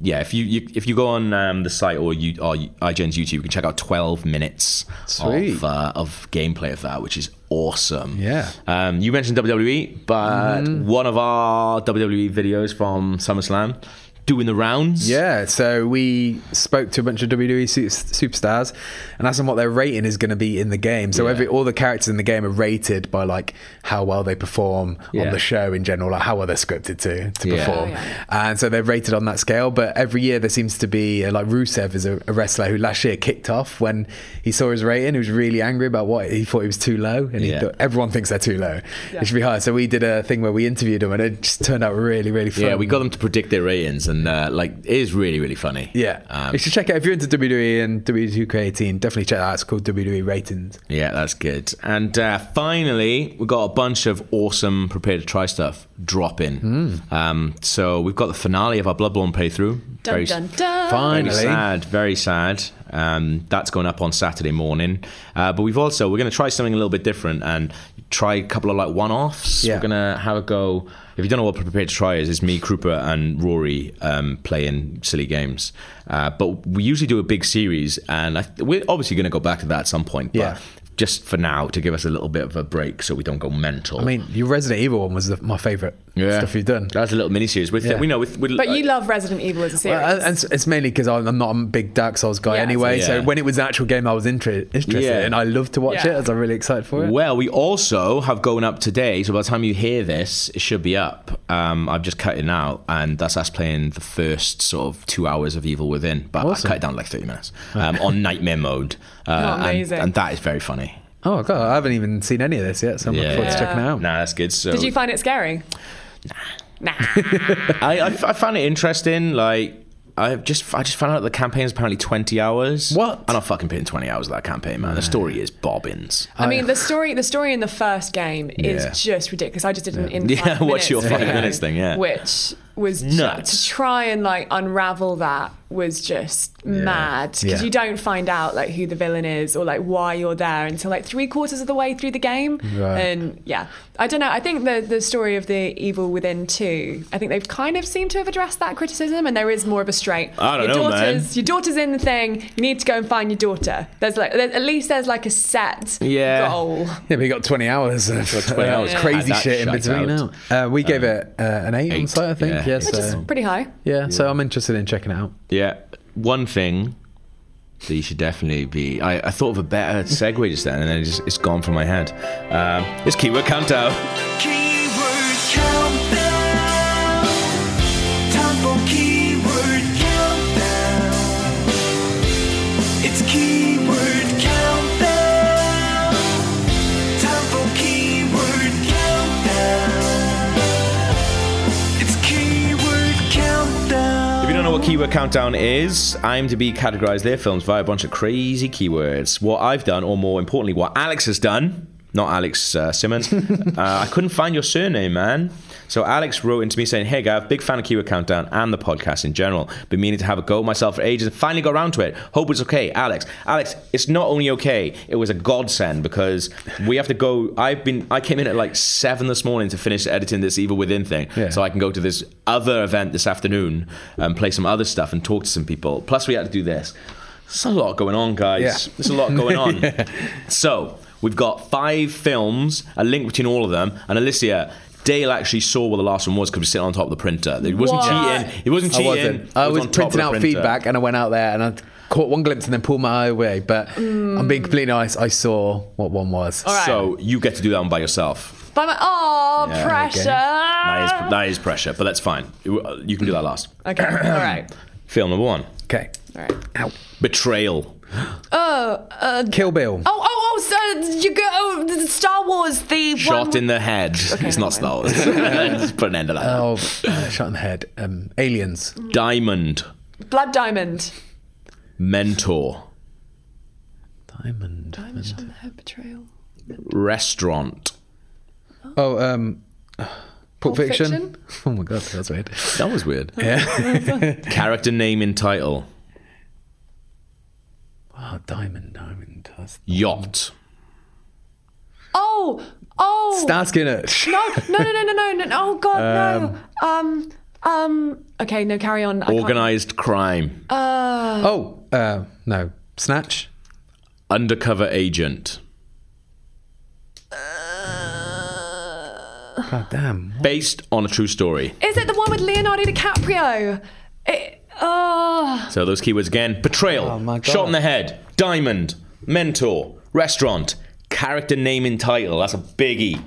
[SPEAKER 1] yeah, if you, you if you go on um, the site or you or IGN's YouTube, you can check out 12 minutes
[SPEAKER 2] Sweet.
[SPEAKER 1] of uh, of gameplay of that, which is awesome.
[SPEAKER 2] Yeah. Mm-hmm.
[SPEAKER 1] Um, you mentioned WWE, but one of our WWE videos from SummerSlam doing the rounds.
[SPEAKER 2] Yeah, so we spoke to a bunch of WWE su- superstars and asked them what their rating is going to be in the game. So every all the characters in the game are rated by like how well they perform
[SPEAKER 1] Yeah.
[SPEAKER 2] on the show in general, like how well they're scripted to to
[SPEAKER 1] Yeah.
[SPEAKER 2] perform.
[SPEAKER 3] Oh, yeah.
[SPEAKER 2] And so they're rated on that scale. But every year there seems to be uh, like Rusev is a, a wrestler who last year kicked off when he saw his rating. He was really angry about what he thought he was too low, and he
[SPEAKER 1] Yeah.
[SPEAKER 2] thought, everyone thinks they're too low. It should be higher. So we did a thing where we interviewed him, and it just turned out really, really fun.
[SPEAKER 1] Yeah, we got them to predict their ratings, and uh, like it is really, really funny.
[SPEAKER 2] Yeah.
[SPEAKER 1] um,
[SPEAKER 2] you should check it out. If you're into WWE and E WWE 2K18, definitely check that out. It's called WWE Ratings.
[SPEAKER 1] yeah, that's good. And uh, finally, we got a bunch of awesome prepared to try stuff dropping. Um, so we've got the finale of our Bloodborne playthrough.
[SPEAKER 3] Dun,
[SPEAKER 1] Very-
[SPEAKER 3] dun, dun.
[SPEAKER 2] Fine.
[SPEAKER 1] Very
[SPEAKER 2] Finally.
[SPEAKER 1] sad, very sad. Um, that's going up on Saturday morning. Uh, but we've also we're going to try something a little bit different and try a couple of like one-offs.
[SPEAKER 2] Yeah.
[SPEAKER 1] We're going to have a go. If you don't know what prepared to try is, it's me, Krupa, and Rory um, playing silly games. Uh, but we usually do a big series, and I, we're obviously going to go back to that at some point. But
[SPEAKER 2] Yeah.
[SPEAKER 1] Just for now, to give us a little bit of a break, so we don't go mental.
[SPEAKER 2] I mean, your Resident Evil one was the, my favourite stuff you've done.
[SPEAKER 1] That's a little mini series. With
[SPEAKER 2] Yeah.
[SPEAKER 1] we know, with, with
[SPEAKER 3] But
[SPEAKER 1] like-
[SPEAKER 3] you love Resident Evil as a series.
[SPEAKER 2] Well, and- and it's, it's mainly because I'm I'm not a big Dark Souls guy
[SPEAKER 3] Yeah,
[SPEAKER 2] anyway.
[SPEAKER 1] so-
[SPEAKER 2] So
[SPEAKER 1] Yeah.
[SPEAKER 2] when it was an actual game, I was inter- interested
[SPEAKER 1] Yeah.
[SPEAKER 2] in. I loved to watch
[SPEAKER 3] Yeah.
[SPEAKER 2] it. I was really excited for it.
[SPEAKER 1] Well, we also have going up today, so by the time you hear this, it should be up. Um, I've just cut it out, and that's us playing the first sort of two hours of Evil Within, but
[SPEAKER 2] Awesome.
[SPEAKER 1] I cut it down to like 30 minutes um, on Nightmare Mode. Uh, and-
[SPEAKER 3] amazing.
[SPEAKER 1] And, that is very funny.
[SPEAKER 2] Oh god, I haven't even seen any of this yet, so I'm looking forward to
[SPEAKER 3] Yeah.
[SPEAKER 2] checking it out.
[SPEAKER 1] Nah, that's good. So
[SPEAKER 3] Oh. Did you find it scary? Nah.
[SPEAKER 1] I, I, I found it interesting. Like, I just I just found out the campaign's apparently 20 hours.
[SPEAKER 2] What?
[SPEAKER 1] I'm not fucking putting 20 hours of that campaign, man. The story is bobbins.
[SPEAKER 3] I mean, the story the story in the first game is
[SPEAKER 1] Yeah.
[SPEAKER 3] just ridiculous. I just did an in
[SPEAKER 1] Yeah,
[SPEAKER 3] five
[SPEAKER 1] watch your
[SPEAKER 3] minutes
[SPEAKER 1] five
[SPEAKER 3] video,
[SPEAKER 1] minutes thing, yeah.
[SPEAKER 3] which was ju-
[SPEAKER 1] Nuts.
[SPEAKER 3] to try and like unravel that was just mad because
[SPEAKER 2] Yeah.
[SPEAKER 3] you don't find out like who the villain is or like why you're there until like three quarters of the way through the game.
[SPEAKER 2] Right.
[SPEAKER 3] And yeah, I don't know. I think the the story of the evil within two. I think they've kind of seemed to have addressed that criticism, and there is more of a straight.
[SPEAKER 1] I don't
[SPEAKER 3] your
[SPEAKER 1] know, man.
[SPEAKER 3] daughter's your daughter's in the thing. You need to go and find your daughter. There's like there, at least there's like a set
[SPEAKER 1] Yeah.
[SPEAKER 3] goal.
[SPEAKER 2] Yeah, but you got 20 hours of
[SPEAKER 1] 20 hours.
[SPEAKER 2] uh, crazy
[SPEAKER 1] Yeah.
[SPEAKER 2] shit in
[SPEAKER 1] That
[SPEAKER 2] between.
[SPEAKER 1] shut
[SPEAKER 2] Uh, we gave it uh, an 8, on
[SPEAKER 1] eight.
[SPEAKER 2] site, I think. Yeah,
[SPEAKER 1] Yeah. Which
[SPEAKER 3] Which is
[SPEAKER 2] so,
[SPEAKER 3] pretty high.
[SPEAKER 2] yeah, so I'm interested in checking it out.
[SPEAKER 1] Yeah. One thing
[SPEAKER 4] So you should definitely be. I,
[SPEAKER 1] I, I thought of a better segue just then, and then it just, it's gone from my head. Um, it's keyword countdown.
[SPEAKER 5] Keyword countdown. Time for keyword countdown. It's keyword countdown. Time for keyword countdown. It's keyword countdown.
[SPEAKER 1] If you don't know what keyword countdown is, IMDb categorize their films via a bunch of crazy keywords. What I've done, or more importantly, what Alex has done, not Alex uh, Simmons. uh, I couldn't find your surname, man. So Alex wrote into me saying, "Hey Gav, big fan of Keyword Countdown and the podcast in general. Been meaning to have a go myself for ages, and finally got around to it. Hope it's okay, Alex. Alex, it's not only okay. It was a godsend because we have to go. I've been. I came in at like seven this morning to finish editing this Evil Within thing,
[SPEAKER 2] Yeah.
[SPEAKER 1] so I can go to this other event this afternoon and play some other stuff and talk to some people. Plus, we had to do this. There's a lot going on, guys.
[SPEAKER 2] Yeah.
[SPEAKER 1] There's a lot going on. So we've got five films, a link between all of them, and Alicia. Dale actually saw what the last one was because we was sitting on top of the printer. It wasn't
[SPEAKER 3] What?
[SPEAKER 1] cheating. It wasn't
[SPEAKER 2] I
[SPEAKER 1] cheating.
[SPEAKER 2] wasn't. I
[SPEAKER 1] It
[SPEAKER 2] was
[SPEAKER 1] on top of
[SPEAKER 2] printing
[SPEAKER 1] the
[SPEAKER 2] out
[SPEAKER 1] printer.
[SPEAKER 2] feedback and I went out there and I caught one glimpse and then pulled my eye away. But I'm being completely honest, I saw what one was.
[SPEAKER 3] Mm. All right.
[SPEAKER 1] So you get to do that one by yourself.
[SPEAKER 3] But I'm like, oh,
[SPEAKER 1] Yeah,
[SPEAKER 3] pressure.
[SPEAKER 1] That is, that is pressure, but that's fine. You can do that last.
[SPEAKER 3] Okay. All right.
[SPEAKER 1] Film number one
[SPEAKER 2] Okay.
[SPEAKER 3] All right.
[SPEAKER 1] Betrayal.
[SPEAKER 3] Oh, uh,
[SPEAKER 2] Kill Bill.
[SPEAKER 3] oh, oh, oh, so you go, oh, the Star Wars, the
[SPEAKER 1] Shot
[SPEAKER 3] one.
[SPEAKER 1] in the head. it's not Star Wars. Just put an end to that.
[SPEAKER 2] Oh, shot in the head. Um, aliens.
[SPEAKER 1] Diamond.
[SPEAKER 3] Blood Diamond.
[SPEAKER 1] Mentor.
[SPEAKER 2] Diamond.
[SPEAKER 3] Shot in the head betrayal.
[SPEAKER 1] Restaurant.
[SPEAKER 2] Oh, um, Pulp,
[SPEAKER 3] Pulp
[SPEAKER 2] Fiction.
[SPEAKER 3] Fiction?
[SPEAKER 2] Oh my god, that's weird.
[SPEAKER 1] That was weird. Character name in title.
[SPEAKER 2] Oh, Diamond, Diamond. That's...
[SPEAKER 1] Yacht.
[SPEAKER 3] Oh, oh.
[SPEAKER 2] Starsky Hutch.
[SPEAKER 3] No, no, no, no, no, no, no, no. Oh, God, no. Um, um, okay, no, carry on. I can't-
[SPEAKER 1] Organized crime.
[SPEAKER 2] Oh, uh, no. Snatch.
[SPEAKER 1] Undercover agent.
[SPEAKER 2] God damn.
[SPEAKER 1] Based on a true story.
[SPEAKER 3] Is it the one with Leonardo DiCaprio? It, oh,
[SPEAKER 1] So those keywords again: betrayal,
[SPEAKER 2] Oh my God.
[SPEAKER 1] shot in the head, diamond, mentor, restaurant, character name and title. That's a biggie.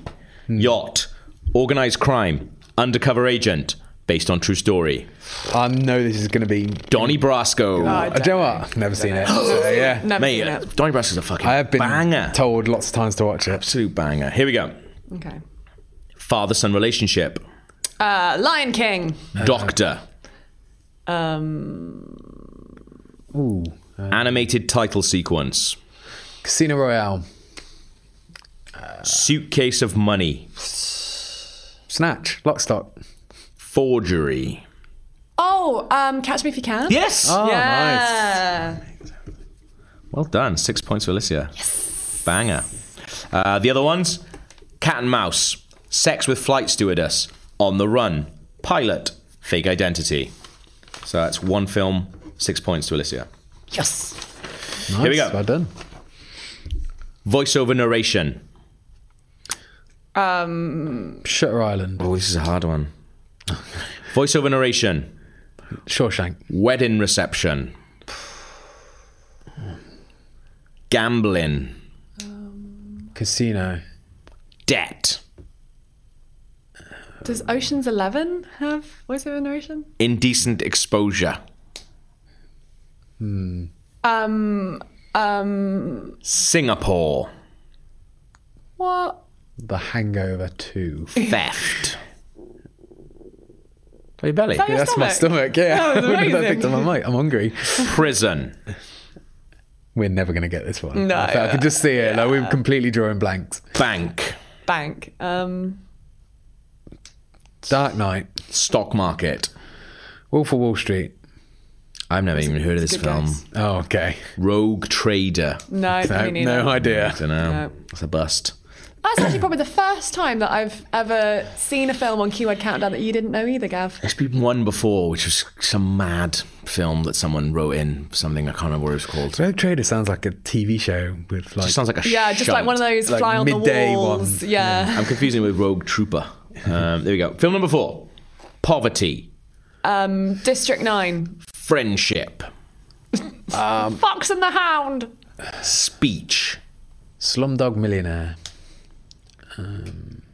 [SPEAKER 2] Hmm.
[SPEAKER 1] Yacht, organized crime, undercover agent, based on true story.
[SPEAKER 2] I know this is going to be.
[SPEAKER 1] Donnie Brasco.
[SPEAKER 3] God.
[SPEAKER 2] I do you know what? I've Never seen it. So, yeah.
[SPEAKER 3] never
[SPEAKER 1] Mate,
[SPEAKER 3] seen
[SPEAKER 1] uh,
[SPEAKER 3] it.
[SPEAKER 1] Donnie Brasco's a fucking
[SPEAKER 2] I have been
[SPEAKER 1] banger.
[SPEAKER 2] told lots of times to watch it.
[SPEAKER 1] Absolute banger. Here we go.
[SPEAKER 3] Okay.
[SPEAKER 1] Father-son relationship.
[SPEAKER 3] Uh, Lion King. Um,
[SPEAKER 1] Doctor.
[SPEAKER 2] Ooh.
[SPEAKER 1] Animated title sequence.
[SPEAKER 2] Casino Royale.
[SPEAKER 1] Suitcase of money.
[SPEAKER 2] Snatch. Lockstock.
[SPEAKER 1] Forgery.
[SPEAKER 3] Oh, um, Catch Me If You Can.
[SPEAKER 1] Yes.
[SPEAKER 2] Oh,
[SPEAKER 3] Yeah.
[SPEAKER 1] Well done. Six points for Alicia. Yes. Banger. Uh, the other ones Cat and Mouse, Sex with Flight Stewardess, On the Run, Pilot, Fake Identity. So that's one film, six points to Alicia.
[SPEAKER 3] Yes.
[SPEAKER 2] nice.
[SPEAKER 1] Here we go.
[SPEAKER 2] Well done.
[SPEAKER 1] Voiceover narration.
[SPEAKER 2] Shutter Island.
[SPEAKER 1] Oh, this is a hard one. Voiceover narration,
[SPEAKER 2] Shawshank.
[SPEAKER 1] Wedding Reception, Gambling,
[SPEAKER 2] Casino.
[SPEAKER 1] Debt,
[SPEAKER 3] Does Ocean's Eleven have voiceover narration?
[SPEAKER 1] Indecent Exposure,
[SPEAKER 3] Um, um,
[SPEAKER 1] Singapore,
[SPEAKER 3] what?
[SPEAKER 2] The Hangover 2.
[SPEAKER 1] Theft. Play belly.
[SPEAKER 3] That- Your
[SPEAKER 2] that's my
[SPEAKER 3] stomach.
[SPEAKER 2] stomach, yeah.
[SPEAKER 3] That was
[SPEAKER 2] I wouldn't have
[SPEAKER 3] amazing.
[SPEAKER 2] picked up my mic. I'm hungry.
[SPEAKER 1] Prison.
[SPEAKER 2] We're never going to get this one.
[SPEAKER 3] No,
[SPEAKER 2] I, felt- I could just see it. Like, we were completely drawing blanks.
[SPEAKER 1] Bank.
[SPEAKER 3] Bank. Um,
[SPEAKER 2] Dark Knight.
[SPEAKER 1] Stock market.
[SPEAKER 2] Wolf of Wall Street.
[SPEAKER 1] I've never even heard of this
[SPEAKER 3] it's a good
[SPEAKER 1] film.
[SPEAKER 3] guess.
[SPEAKER 2] Oh, okay.
[SPEAKER 1] Rogue Trader.
[SPEAKER 3] No,
[SPEAKER 2] No,
[SPEAKER 3] me neither.
[SPEAKER 2] no idea.
[SPEAKER 1] I don't know.
[SPEAKER 3] No.
[SPEAKER 1] It's a bust.
[SPEAKER 3] That's actually probably the first time that I've ever seen a film on Keyword Countdown that you didn't know either, Gav.
[SPEAKER 1] There's been one before, which was some mad film that someone wrote in something. I can't remember what it was called.
[SPEAKER 2] Rogue Trader sounds like a TV show with like.
[SPEAKER 1] It sounds like a
[SPEAKER 3] Yeah, just like
[SPEAKER 1] shunt.
[SPEAKER 3] one of those
[SPEAKER 2] Like
[SPEAKER 3] fly on the
[SPEAKER 2] midday
[SPEAKER 3] walls.
[SPEAKER 2] one.
[SPEAKER 3] Yeah.
[SPEAKER 1] I'm confusing it with Rogue Trooper. Um, there we go. Film number four: Poverty,
[SPEAKER 3] Um, District Nine.
[SPEAKER 1] Friendship,
[SPEAKER 2] Um,
[SPEAKER 3] Fox and the Hound.
[SPEAKER 1] Speech,
[SPEAKER 2] Slumdog Millionaire,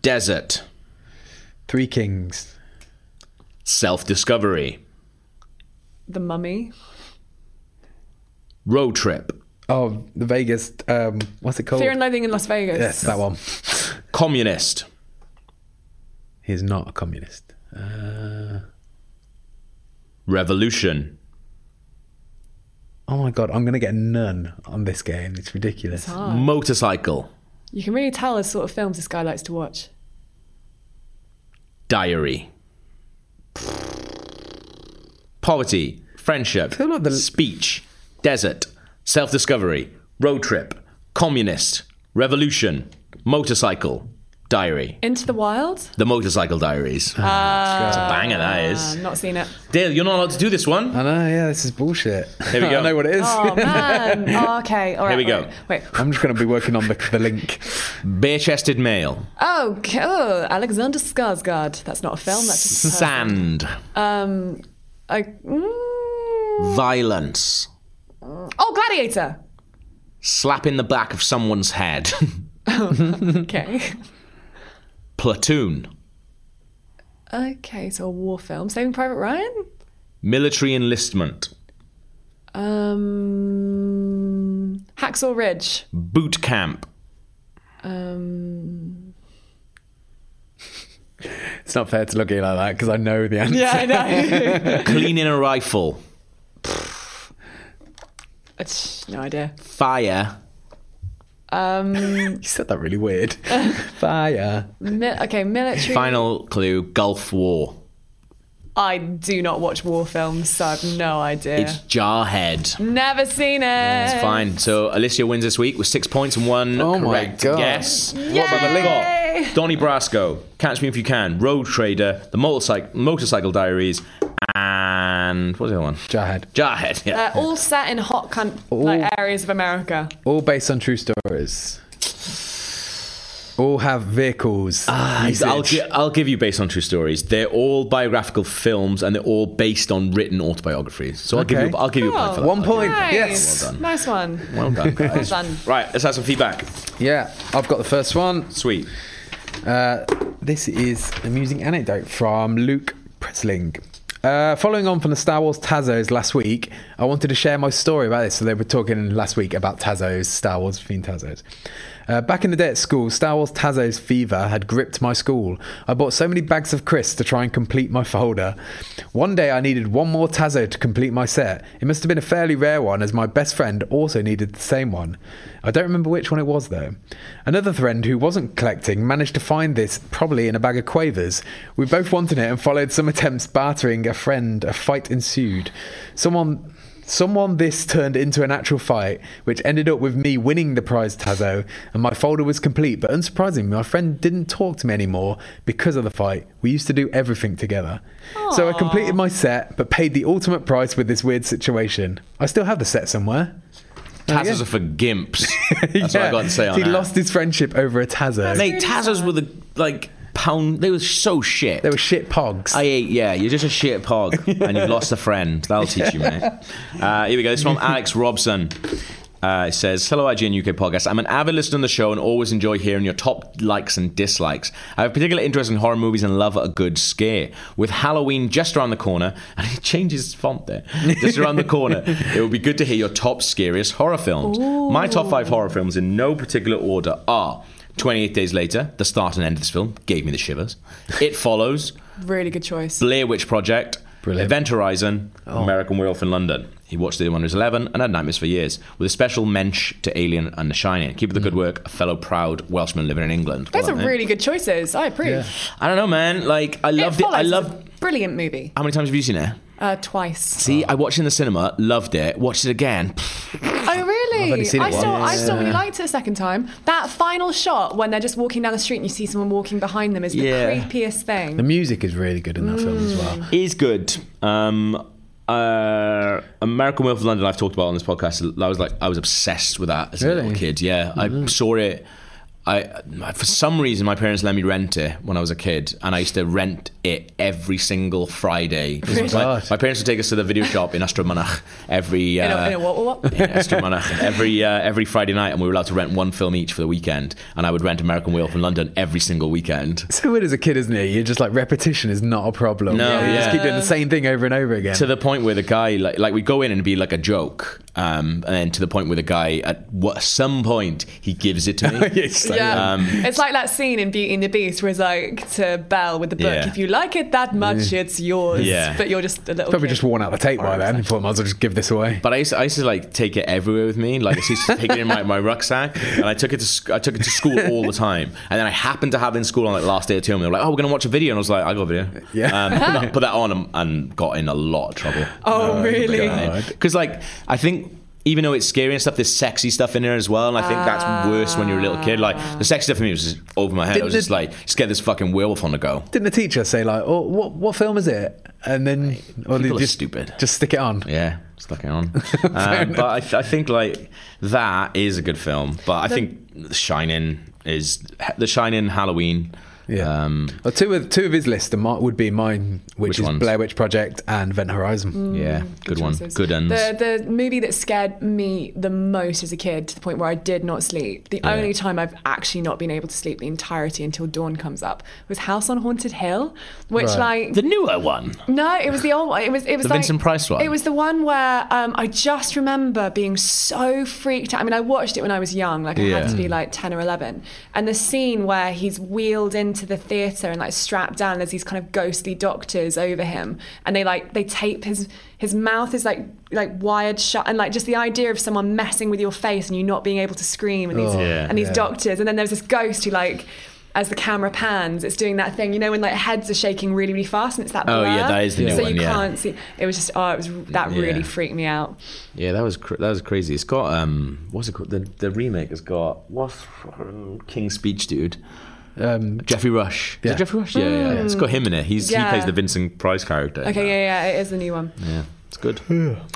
[SPEAKER 1] Desert,
[SPEAKER 2] Three Kings,
[SPEAKER 1] Self-Discovery,
[SPEAKER 3] The Mummy.
[SPEAKER 1] Road Trip,
[SPEAKER 2] Oh, the Vegas. Um, what's it called?
[SPEAKER 3] Fear and Loathing in Las Vegas.
[SPEAKER 2] yes, that one.
[SPEAKER 1] Communist,
[SPEAKER 2] He's not a communist. Uh,
[SPEAKER 1] Revolution,
[SPEAKER 2] oh my god, I'm gonna get none on this game. It's ridiculous.
[SPEAKER 3] Ah,
[SPEAKER 1] Motorcycle,
[SPEAKER 3] you can really tell the sort of films this guy likes to watch.
[SPEAKER 1] Diary, Poverty, Friendship,
[SPEAKER 2] feel like the-
[SPEAKER 1] Speech, Desert, Self-Discovery, Road Trip, Communist, Revolution, Motorcycle, Diary.
[SPEAKER 3] Into the Wild.
[SPEAKER 1] The Motorcycle Diaries.
[SPEAKER 2] Oh
[SPEAKER 1] it's a banger, that
[SPEAKER 3] Uh,
[SPEAKER 1] is.
[SPEAKER 3] not seen it.
[SPEAKER 1] Dale, you're not allowed to do this one.
[SPEAKER 2] I know. Yeah, this is bullshit.
[SPEAKER 1] Here we go.
[SPEAKER 2] I know what it is.
[SPEAKER 3] Oh man. Oh, okay. All right.
[SPEAKER 1] we go.
[SPEAKER 3] all right. Wait.
[SPEAKER 2] I'm just gonna be working on the, the link.
[SPEAKER 1] Bare chested male.
[SPEAKER 3] Oh, c- oh, Alexander Skarsgård. That's not a film. That's just a person.
[SPEAKER 1] Sand.
[SPEAKER 3] Um, I, mm,
[SPEAKER 1] Violence.
[SPEAKER 3] oh, Gladiator.
[SPEAKER 1] Slap in the back of someone's head.
[SPEAKER 3] Okay.
[SPEAKER 1] Platoon.
[SPEAKER 3] Okay, so a war film. Saving Private Ryan?
[SPEAKER 1] Military enlistment.
[SPEAKER 3] Um, Hacksaw Ridge.
[SPEAKER 1] Boot camp.
[SPEAKER 3] Um,
[SPEAKER 2] It's not fair to look at you like that because I know the answer.
[SPEAKER 3] yeah, I know.
[SPEAKER 1] Cleaning a rifle.
[SPEAKER 3] It's- no idea.
[SPEAKER 1] Fire.
[SPEAKER 3] Um,
[SPEAKER 2] You said that really weird. Fire.
[SPEAKER 3] mi- okay, military.
[SPEAKER 1] Final clue Gulf War.
[SPEAKER 3] I do not watch war films, so I've no idea.
[SPEAKER 1] It's Jarhead.
[SPEAKER 3] Never seen it.
[SPEAKER 1] It's fine. So Alicia wins this week with six points and one
[SPEAKER 2] Oh my
[SPEAKER 1] correct
[SPEAKER 2] God.
[SPEAKER 1] guess.
[SPEAKER 3] What about the link? Yay!
[SPEAKER 1] Got Donnie Brasco, Catch Me If You Can, Road Trader, The Motorcycle, Motorcycle Diaries, and what's the other one?
[SPEAKER 2] Jarhead.
[SPEAKER 1] Jarhead. Yeah.
[SPEAKER 3] They're all set in hot con- like areas of America.
[SPEAKER 2] All based on true stories. All have vehicles.
[SPEAKER 3] Uh,
[SPEAKER 1] Ah,
[SPEAKER 2] usage.
[SPEAKER 1] I'll, gi- I'll give you based on true stories. They're all biographical films, and they're all based on written autobiographies. So I'll give
[SPEAKER 2] Okay.
[SPEAKER 1] you, I'll give you a point
[SPEAKER 3] Oh.
[SPEAKER 1] for that.
[SPEAKER 2] One
[SPEAKER 1] I'll give you-
[SPEAKER 2] point.
[SPEAKER 3] Nice.
[SPEAKER 2] Yes.
[SPEAKER 1] Well done.
[SPEAKER 3] Nice one.
[SPEAKER 1] Well done,
[SPEAKER 3] Well
[SPEAKER 1] guys.
[SPEAKER 3] done.
[SPEAKER 1] right, let's have some feedback.
[SPEAKER 2] Yeah, I've got the first one.
[SPEAKER 1] Sweet.
[SPEAKER 2] Uh, this is an amusing anecdote from Luke Presling. Uh, following on from the Star Wars Tazos last week, I wanted to share my story about this. So they were talking last week about Tazos, Star Wars themed Tazos. Uh, back in the day at school, Star Wars Tazos fever had gripped my school. I bought so many bags of crisps to try and complete my folder. One day I needed one more Tazo to complete my set. It must have been a fairly rare one, as my best friend also needed the same one. I don't remember which one it was though. Another friend who wasn't collecting managed to find this probably in a bag of quavers. We both wanted it and followed some attempts bartering a friend. A fight ensued. Someone Someone this turned into an actual fight, which ended up with me winning the prize Tazo, and my folder was complete. But unsurprisingly, my friend didn't talk to me anymore because of the fight. We used to do everything together. So I completed my set, but paid the ultimate price with this weird situation. I still have the set somewhere.
[SPEAKER 1] Tazos are for gimps. That's what I got to say on
[SPEAKER 2] He
[SPEAKER 1] that.
[SPEAKER 2] lost his friendship over a Tazo.
[SPEAKER 1] Mate, Tazos were the like pound. They were so shit.
[SPEAKER 2] they were shit pogs.
[SPEAKER 1] I ate, yeah, you're just a shit pog and you've lost a friend. That'll teach you, mate. Uh, here we go. This is from Alex Robson. Uh, it says, Hello, IGN UK podcast. I'm an avid listener on the show and always enjoy hearing your top likes and dislikes. I have a particular interest in horror movies and love a good scare. With Halloween just around the corner, and he changes font there, just around the corner, it would be good to hear your top scariest horror films. My top five horror films in no particular order are 28 Days Later, the start and end of this film, gave me the shivers. It Follows,
[SPEAKER 3] Really good choice.
[SPEAKER 1] Blair Witch Project,
[SPEAKER 2] Brilliant.
[SPEAKER 1] Event Horizon, American Werewolf in London. He watched the other one when he was 11 and had nightmares for years, with a special mensch to Alien and The Shining. Keep up the good work, a fellow proud Welshman living in England.
[SPEAKER 3] Those
[SPEAKER 1] Well
[SPEAKER 3] are
[SPEAKER 1] done, mate.
[SPEAKER 3] really good choices. I approve.
[SPEAKER 2] Yeah.
[SPEAKER 1] I don't know, man. Like, I loved it. I
[SPEAKER 3] Follows is a
[SPEAKER 1] loved.
[SPEAKER 3] Brilliant movie.
[SPEAKER 1] How many times have you seen it?
[SPEAKER 3] Uh, twice.
[SPEAKER 1] See, I watched it in the cinema, loved it, watched it again.
[SPEAKER 3] Oh really?
[SPEAKER 2] I've only seen it
[SPEAKER 3] I still,
[SPEAKER 2] once.
[SPEAKER 3] I still really liked it the second time. That final shot when they're just walking down the street and you see someone walking behind them is the
[SPEAKER 1] Yeah.
[SPEAKER 3] creepiest
[SPEAKER 2] The
[SPEAKER 3] thing.
[SPEAKER 2] music is really good in that film as well.
[SPEAKER 1] is good. Um, uh, American Werewolf in London, I've talked about on this podcast. I was like, I was obsessed with that as
[SPEAKER 2] Really? Mm-hmm.
[SPEAKER 1] a little kid. Yeah, I saw it. I for some reason my parents let me rent it when I was a kid, and I used to rent it every single Friday. my,
[SPEAKER 2] Oh God.
[SPEAKER 1] my parents would take us to the video shop in Astramanach every uh,
[SPEAKER 3] You know, you know, what, what, what?
[SPEAKER 1] yeah, it's Kilmarnock. every uh, every Friday night, and we were allowed to rent one film each for the weekend. And I would rent American Werewolf in London every single weekend.
[SPEAKER 2] So weird as a kid, isn't it? You're just like repetition is not a problem.
[SPEAKER 1] No,
[SPEAKER 2] you just
[SPEAKER 1] yeah.
[SPEAKER 2] keep doing the same thing over and over again.
[SPEAKER 1] To the point where the guy, like, like we go in and it'd be like a joke, um, and then to the point where the guy, at what, some point, he gives it to me.
[SPEAKER 2] Yes, like-
[SPEAKER 3] Yeah,
[SPEAKER 1] Um,
[SPEAKER 3] it's like that scene in Beauty and the Beast where it's like to Belle with the book.
[SPEAKER 1] Yeah.
[SPEAKER 3] If you like it that much, it's yours.
[SPEAKER 1] Yeah.
[SPEAKER 3] but you're just a little.
[SPEAKER 2] Probably
[SPEAKER 3] kid.
[SPEAKER 2] just worn out the tape by then. I thought I might as well just give this away.
[SPEAKER 1] But I used, to, I used to like take it everywhere with me. Like I used to take it in my, my rucksack, and I took it to sc- I took it to school all the time. And then I happened to have it in school on like last day of term. And they were like, "Oh, we're gonna watch a video," and I was like, "I got a video."
[SPEAKER 2] Yeah.
[SPEAKER 1] Um, put, that, put that on and, and got in a lot of trouble.
[SPEAKER 3] Oh really?
[SPEAKER 1] Because like I think even though it's scary and stuff, there's sexy stuff in there as well, and I think that's worse when you're a little kid. Like the sexy stuff for me was just over my head. I was
[SPEAKER 2] Did-
[SPEAKER 1] just like, just get this fucking werewolf on the go.
[SPEAKER 2] Didn't the teacher say like, "Oh, what what film is it?" And then, or they
[SPEAKER 1] People are
[SPEAKER 2] just
[SPEAKER 1] stupid.
[SPEAKER 2] Just stick it on.
[SPEAKER 1] Yeah, stuck it on. um, but I, th- I think like that is a good film. But I think The Shining is The Shining Halloween.
[SPEAKER 2] Yeah.
[SPEAKER 1] Um,
[SPEAKER 2] Well, two of two of his list and my, would be mine, which,
[SPEAKER 1] Which
[SPEAKER 2] is
[SPEAKER 1] ones?
[SPEAKER 2] Blair Witch Project and Vent Horizon.
[SPEAKER 1] yeah, good one,
[SPEAKER 3] Mm. choices.
[SPEAKER 1] good uns.
[SPEAKER 3] The the movie that scared me the most as a kid to the point where I did not sleep. The
[SPEAKER 1] Yeah.
[SPEAKER 3] only time I've actually not been able to sleep the entirety until dawn comes up was House on Haunted Hill, which
[SPEAKER 2] Right.
[SPEAKER 3] like
[SPEAKER 1] The newer one.
[SPEAKER 3] no, it was the old one. It was it was
[SPEAKER 1] The
[SPEAKER 3] like,
[SPEAKER 1] Vincent Price one?
[SPEAKER 3] It was the one where um, I just remember being so freaked out. I mean, I watched it when I was young, like I
[SPEAKER 1] Yeah.
[SPEAKER 3] had to be like ten or eleven. And the scene where he's wheeled into the theater and like strapped down, there's these kind of ghostly doctors over him, and they like they tape his his mouth is like like wired shut, and like just the idea of someone messing with your face and you not being able to scream, and these
[SPEAKER 2] Oh,
[SPEAKER 1] Yeah.
[SPEAKER 3] and these
[SPEAKER 2] yeah.
[SPEAKER 3] doctors, and then there's this ghost who like. As the camera pans, it's doing that thing, you know, when like heads are shaking really, really fast, and it's that
[SPEAKER 1] Oh, yeah,
[SPEAKER 3] blur.
[SPEAKER 1] that is the new
[SPEAKER 3] so
[SPEAKER 1] one,
[SPEAKER 3] you
[SPEAKER 1] yeah.
[SPEAKER 3] can't see. It was just oh, it was that
[SPEAKER 1] Yeah.
[SPEAKER 3] really freaked me out.
[SPEAKER 1] Yeah, that was cr- that was crazy. It's got um, what's it called? The the remake has got what's um, King's Speech dude. Mm.
[SPEAKER 2] Um,
[SPEAKER 1] Jeffrey Rush. Is
[SPEAKER 2] Yeah.
[SPEAKER 1] it Jeffrey Rush? Yeah, yeah, yeah. It's got him in it. He's he
[SPEAKER 3] Hmm. Yeah.
[SPEAKER 1] plays the Vincent Price character. in
[SPEAKER 3] Okay,
[SPEAKER 1] that.
[SPEAKER 3] yeah, yeah, it is a new one.
[SPEAKER 1] yeah. It's good.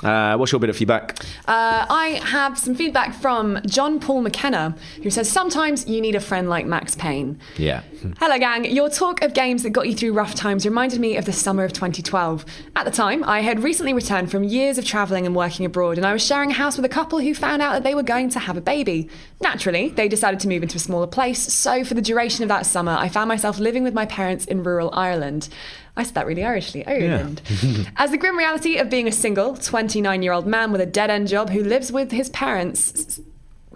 [SPEAKER 1] Uh, what's your bit of feedback?
[SPEAKER 3] Uh, I have some feedback from John Paul McKenna, who says sometimes you need a friend like Max Payne.
[SPEAKER 1] Yeah.
[SPEAKER 3] Hello, gang. Your talk of games that got you through rough times reminded me of the summer of 2012. At the time, I had recently returned from years of travelling and working abroad, and I was sharing a house with a couple who found out that they were going to have a baby. Naturally, they decided to move into a smaller place, so for the duration of that summer, I found myself living with my parents in rural Ireland. I said that really Irishly, Ireland. As the grim reality of being a single, 29 year old man with a dead end job who lives with his parents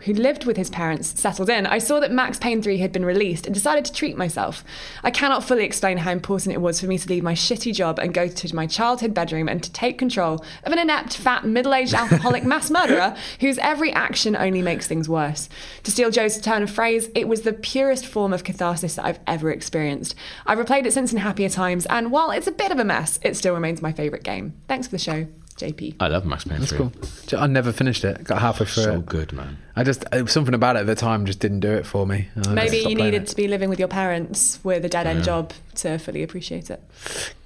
[SPEAKER 3] who lived with his parents settled in, I saw that Max Payne 3 had been released and decided to treat myself. I cannot fully explain how important it was for me to leave my shitty job and go to my childhood bedroom and to take control of an inept, fat, middle aged alcoholic mass murderer whose every action only makes things worse. To steal Joe's turn of phrase, it was the purest form of catharsis that I've ever experienced. I've replayed it since in happier times, and while it's a bit of a mess, it still remains my favourite game. Thanks for the show, JP.
[SPEAKER 1] I love Max Payne.
[SPEAKER 2] that's cool. Do- I never finished it. Got halfway through
[SPEAKER 1] So
[SPEAKER 2] it.
[SPEAKER 1] good, man.
[SPEAKER 2] I just it was something about it at the time just didn't do it for me. I just
[SPEAKER 3] Maybe
[SPEAKER 2] stopped
[SPEAKER 3] you
[SPEAKER 2] playing
[SPEAKER 3] needed
[SPEAKER 2] it.
[SPEAKER 3] to be living with your parents with a dead end job to fully appreciate it.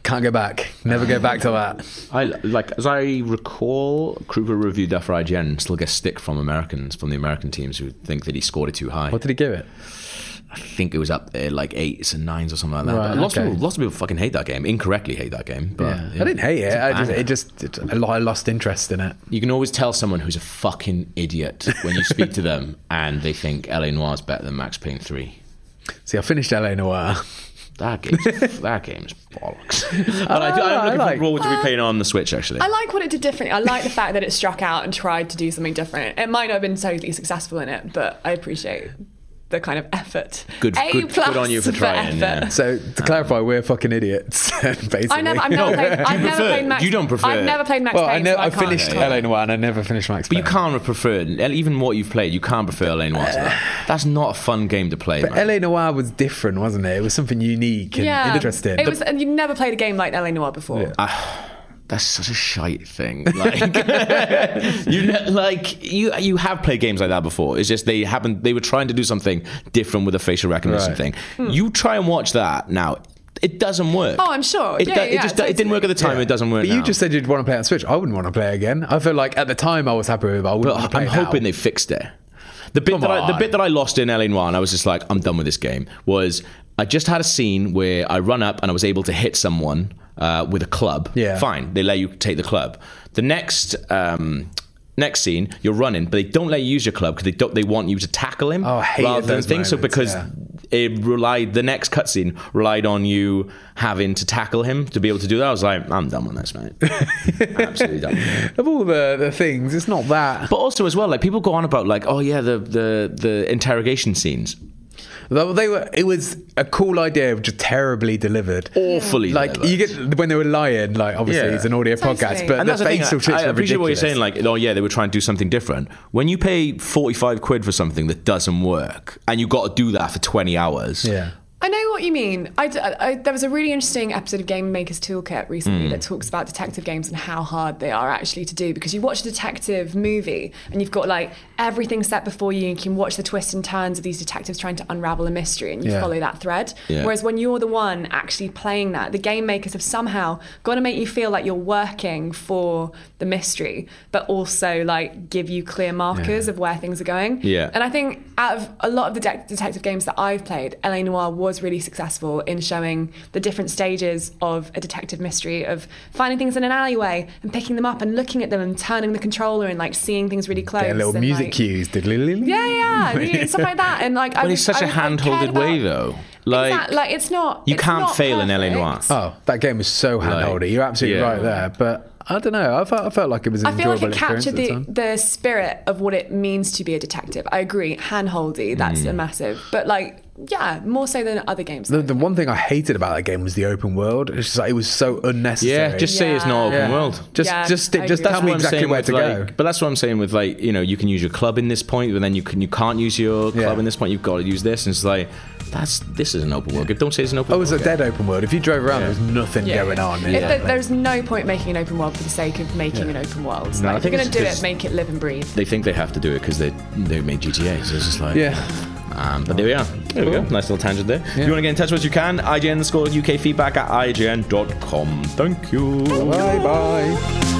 [SPEAKER 2] Can't go back. Never go back to that.
[SPEAKER 1] I like as I recall, Kruger reviewed that for IGN and still gets stick from Americans from the American teams who think that he scored it too high.
[SPEAKER 2] What did he give it?
[SPEAKER 1] I think it was up there like eights and nines or something like that.
[SPEAKER 2] Right,
[SPEAKER 1] But lots
[SPEAKER 2] okay.
[SPEAKER 1] of people, lots of people fucking hate that game. Incorrectly hate that game. But
[SPEAKER 2] Yeah. I didn't hate it.
[SPEAKER 1] It's a
[SPEAKER 2] I just,
[SPEAKER 1] banger.
[SPEAKER 2] it just it, I lo- I lost interest in it.
[SPEAKER 1] You can always tell someone who's a fucking idiot when you speak to them and they think LA Noir's better than Max Payne 3.
[SPEAKER 2] See, I finished LA Noir.
[SPEAKER 1] That game's, that game's bollocks. But I, do-
[SPEAKER 2] I
[SPEAKER 1] I'm looking
[SPEAKER 2] like- Uh,
[SPEAKER 1] forward to be playing on the Switch, actually.
[SPEAKER 3] I like what it did differently. I like the fact that it struck out and tried to do something different. It might not have been totally successful in it, but I appreciate the kind of effort.
[SPEAKER 1] Good-
[SPEAKER 3] A
[SPEAKER 1] good- good
[SPEAKER 3] plus
[SPEAKER 1] on you for trying, yeah.
[SPEAKER 3] effort.
[SPEAKER 2] So
[SPEAKER 1] Oh.
[SPEAKER 2] to clarify, we're fucking idiots, basically.
[SPEAKER 3] I never, I've never, played, I've never
[SPEAKER 1] prefer-
[SPEAKER 3] played Max.
[SPEAKER 1] you don't prefer
[SPEAKER 3] I've
[SPEAKER 1] it.
[SPEAKER 3] never played Max
[SPEAKER 2] well, I,
[SPEAKER 3] Payne.
[SPEAKER 2] ne-
[SPEAKER 3] so I,
[SPEAKER 2] I
[SPEAKER 3] can't.
[SPEAKER 2] finished LA Noir and I never finished Max.
[SPEAKER 1] But you can't prefer even what you've played. You can't prefer Lane Noir to that. That's not a fun game to play. man.
[SPEAKER 2] LA Noir was different, wasn't it? It was something unique and
[SPEAKER 3] Yeah,
[SPEAKER 2] interesting.
[SPEAKER 3] It was, and you've never played a game like LA Noir before.
[SPEAKER 4] that's such a shite thing. Like,
[SPEAKER 1] You know, like you you have played games like that before. It's just they happened they were trying to do something different with the facial recognition
[SPEAKER 2] Right. Hmm.
[SPEAKER 1] thing. You try and watch that now. It doesn't work.
[SPEAKER 3] Oh, I'm sure.
[SPEAKER 1] It,
[SPEAKER 3] Yeah,
[SPEAKER 1] it
[SPEAKER 3] yeah,
[SPEAKER 1] just it didn't work at the time. It doesn't work.
[SPEAKER 2] But you
[SPEAKER 1] now.
[SPEAKER 2] just said you'd want to play it on Switch. I wouldn't want to play it again. I feel like at the time I was happy with it. But I wouldn't want
[SPEAKER 1] But
[SPEAKER 2] to
[SPEAKER 1] I'm
[SPEAKER 2] play it now.
[SPEAKER 1] hoping they fixed it. The bit, that I, the
[SPEAKER 2] on.
[SPEAKER 1] bit that I lost in LA Noir, and I was just like, I'm done with this game, was I just had a scene where I run up and I was able to hit someone uh, with a club.
[SPEAKER 2] Yeah.
[SPEAKER 1] Fine, they let you take the club. The next. Um, Next scene, you're running, but they don't let you use your club because they don't. They want you to tackle him
[SPEAKER 2] Oh, I hated
[SPEAKER 1] rather than
[SPEAKER 2] those
[SPEAKER 1] things. So
[SPEAKER 2] moments,
[SPEAKER 1] because
[SPEAKER 2] yeah.
[SPEAKER 1] it relied, the next cutscene relied on you having to tackle him to be able to do that. I was like, I'm done with this, mate. Absolutely done.
[SPEAKER 2] of all the, the things, it's not that.
[SPEAKER 1] But also as well, like people go on about like, oh yeah, the the the interrogation scenes,
[SPEAKER 2] Though They were. It was a cool idea, just terribly delivered.
[SPEAKER 1] awfully
[SPEAKER 2] Like
[SPEAKER 1] clever.
[SPEAKER 2] you get when they were lying. Like obviously
[SPEAKER 1] Yeah.
[SPEAKER 2] it's an audio
[SPEAKER 3] Totally.
[SPEAKER 2] podcast, but
[SPEAKER 1] And
[SPEAKER 2] the
[SPEAKER 1] that's the thing.
[SPEAKER 2] facial tricks
[SPEAKER 1] I
[SPEAKER 2] were
[SPEAKER 1] appreciate what you're
[SPEAKER 2] ridiculous.
[SPEAKER 1] saying. Like, oh yeah, they were trying to do something different. When you pay forty-five quid for something that doesn't work, and you got to do that for twenty hours,
[SPEAKER 2] Yeah.
[SPEAKER 3] I know what you mean. I d I there was a really interesting episode of Game Maker's Toolkit recently that talks about detective games and how hard they are actually to do because you watch a detective movie and you've got like everything set before you. You can watch the twists and turns of these detectives trying to unravel a mystery and you
[SPEAKER 2] Yeah.
[SPEAKER 3] follow that thread.
[SPEAKER 1] Yeah.
[SPEAKER 3] Whereas when you're the one actually playing that, the game makers have somehow got to make you feel like you're working for the mystery, but also like give you clear markers of where things are going.
[SPEAKER 1] Yeah.
[SPEAKER 3] And I think out of a lot of the de- detective games that I've played, LA Noir was really successful in showing the different stages of a detective mystery of finding things in an alleyway and picking them up and looking at them and turning the controller and like seeing things really close.
[SPEAKER 2] Get little
[SPEAKER 3] and,
[SPEAKER 2] music
[SPEAKER 3] like-
[SPEAKER 2] cues. Diddly-lily.
[SPEAKER 3] Yeah, yeah, and, you know, stuff like that. And like, I
[SPEAKER 1] But
[SPEAKER 3] was,
[SPEAKER 1] it's such
[SPEAKER 3] a
[SPEAKER 1] a hand-holded way though. Like,
[SPEAKER 3] exactly. like it's not.
[SPEAKER 1] you
[SPEAKER 3] it's
[SPEAKER 1] can't
[SPEAKER 3] not
[SPEAKER 1] fail in LA
[SPEAKER 3] perfect.
[SPEAKER 1] Noir.
[SPEAKER 2] Oh, that game was so handholdy. You're absolutely
[SPEAKER 1] yeah.
[SPEAKER 2] right there. But I don't know. I felt, I felt like it was an
[SPEAKER 3] I feel like
[SPEAKER 2] enjoyable
[SPEAKER 3] it
[SPEAKER 2] experience
[SPEAKER 3] captured
[SPEAKER 2] at the
[SPEAKER 3] the,
[SPEAKER 2] time.
[SPEAKER 3] the spirit of what it means to be a detective. I agree, handholdy,
[SPEAKER 1] Mm.
[SPEAKER 3] that's a massive. But like, yeah, more so than other games.
[SPEAKER 2] The, the one thing I hated about that game was the open world. It's just like it was so unnecessary.
[SPEAKER 1] yeah, just say it's not open
[SPEAKER 2] Yeah.
[SPEAKER 1] world.
[SPEAKER 2] just
[SPEAKER 3] Yeah,
[SPEAKER 2] just stick-
[SPEAKER 3] I
[SPEAKER 2] just
[SPEAKER 3] agree.
[SPEAKER 2] tell
[SPEAKER 3] That's
[SPEAKER 2] me
[SPEAKER 1] what I'm
[SPEAKER 2] exactly
[SPEAKER 1] saying
[SPEAKER 2] where
[SPEAKER 1] with,
[SPEAKER 2] to
[SPEAKER 1] like-
[SPEAKER 2] go.
[SPEAKER 1] But that's what I'm saying with like you know you can use your club in this point, but then you can you can't use your club
[SPEAKER 2] Yeah.
[SPEAKER 1] in this point. You've got to use this, and it's like that's this is an open world. game. Don't say it's an open.
[SPEAKER 2] Oh, it was a
[SPEAKER 1] world game.
[SPEAKER 2] dead open world. If you drove around, there was nothing
[SPEAKER 3] Yeah.
[SPEAKER 2] going on.
[SPEAKER 3] If there- there's no point making an open world for the sake of making an open world.
[SPEAKER 1] No, I
[SPEAKER 3] like,
[SPEAKER 1] think
[SPEAKER 3] if you're going
[SPEAKER 1] it's
[SPEAKER 3] to do
[SPEAKER 1] just-
[SPEAKER 3] it, make it live and breathe.
[SPEAKER 1] They think they have to do it because they they made GTA, so it's just like
[SPEAKER 2] yeah.
[SPEAKER 1] Um, but there we are. There we go. Nice little tangent there. If you want to get in touch with us, you can. IGN underscore UK feedback at IGN.com. Thank you.
[SPEAKER 2] Bye bye.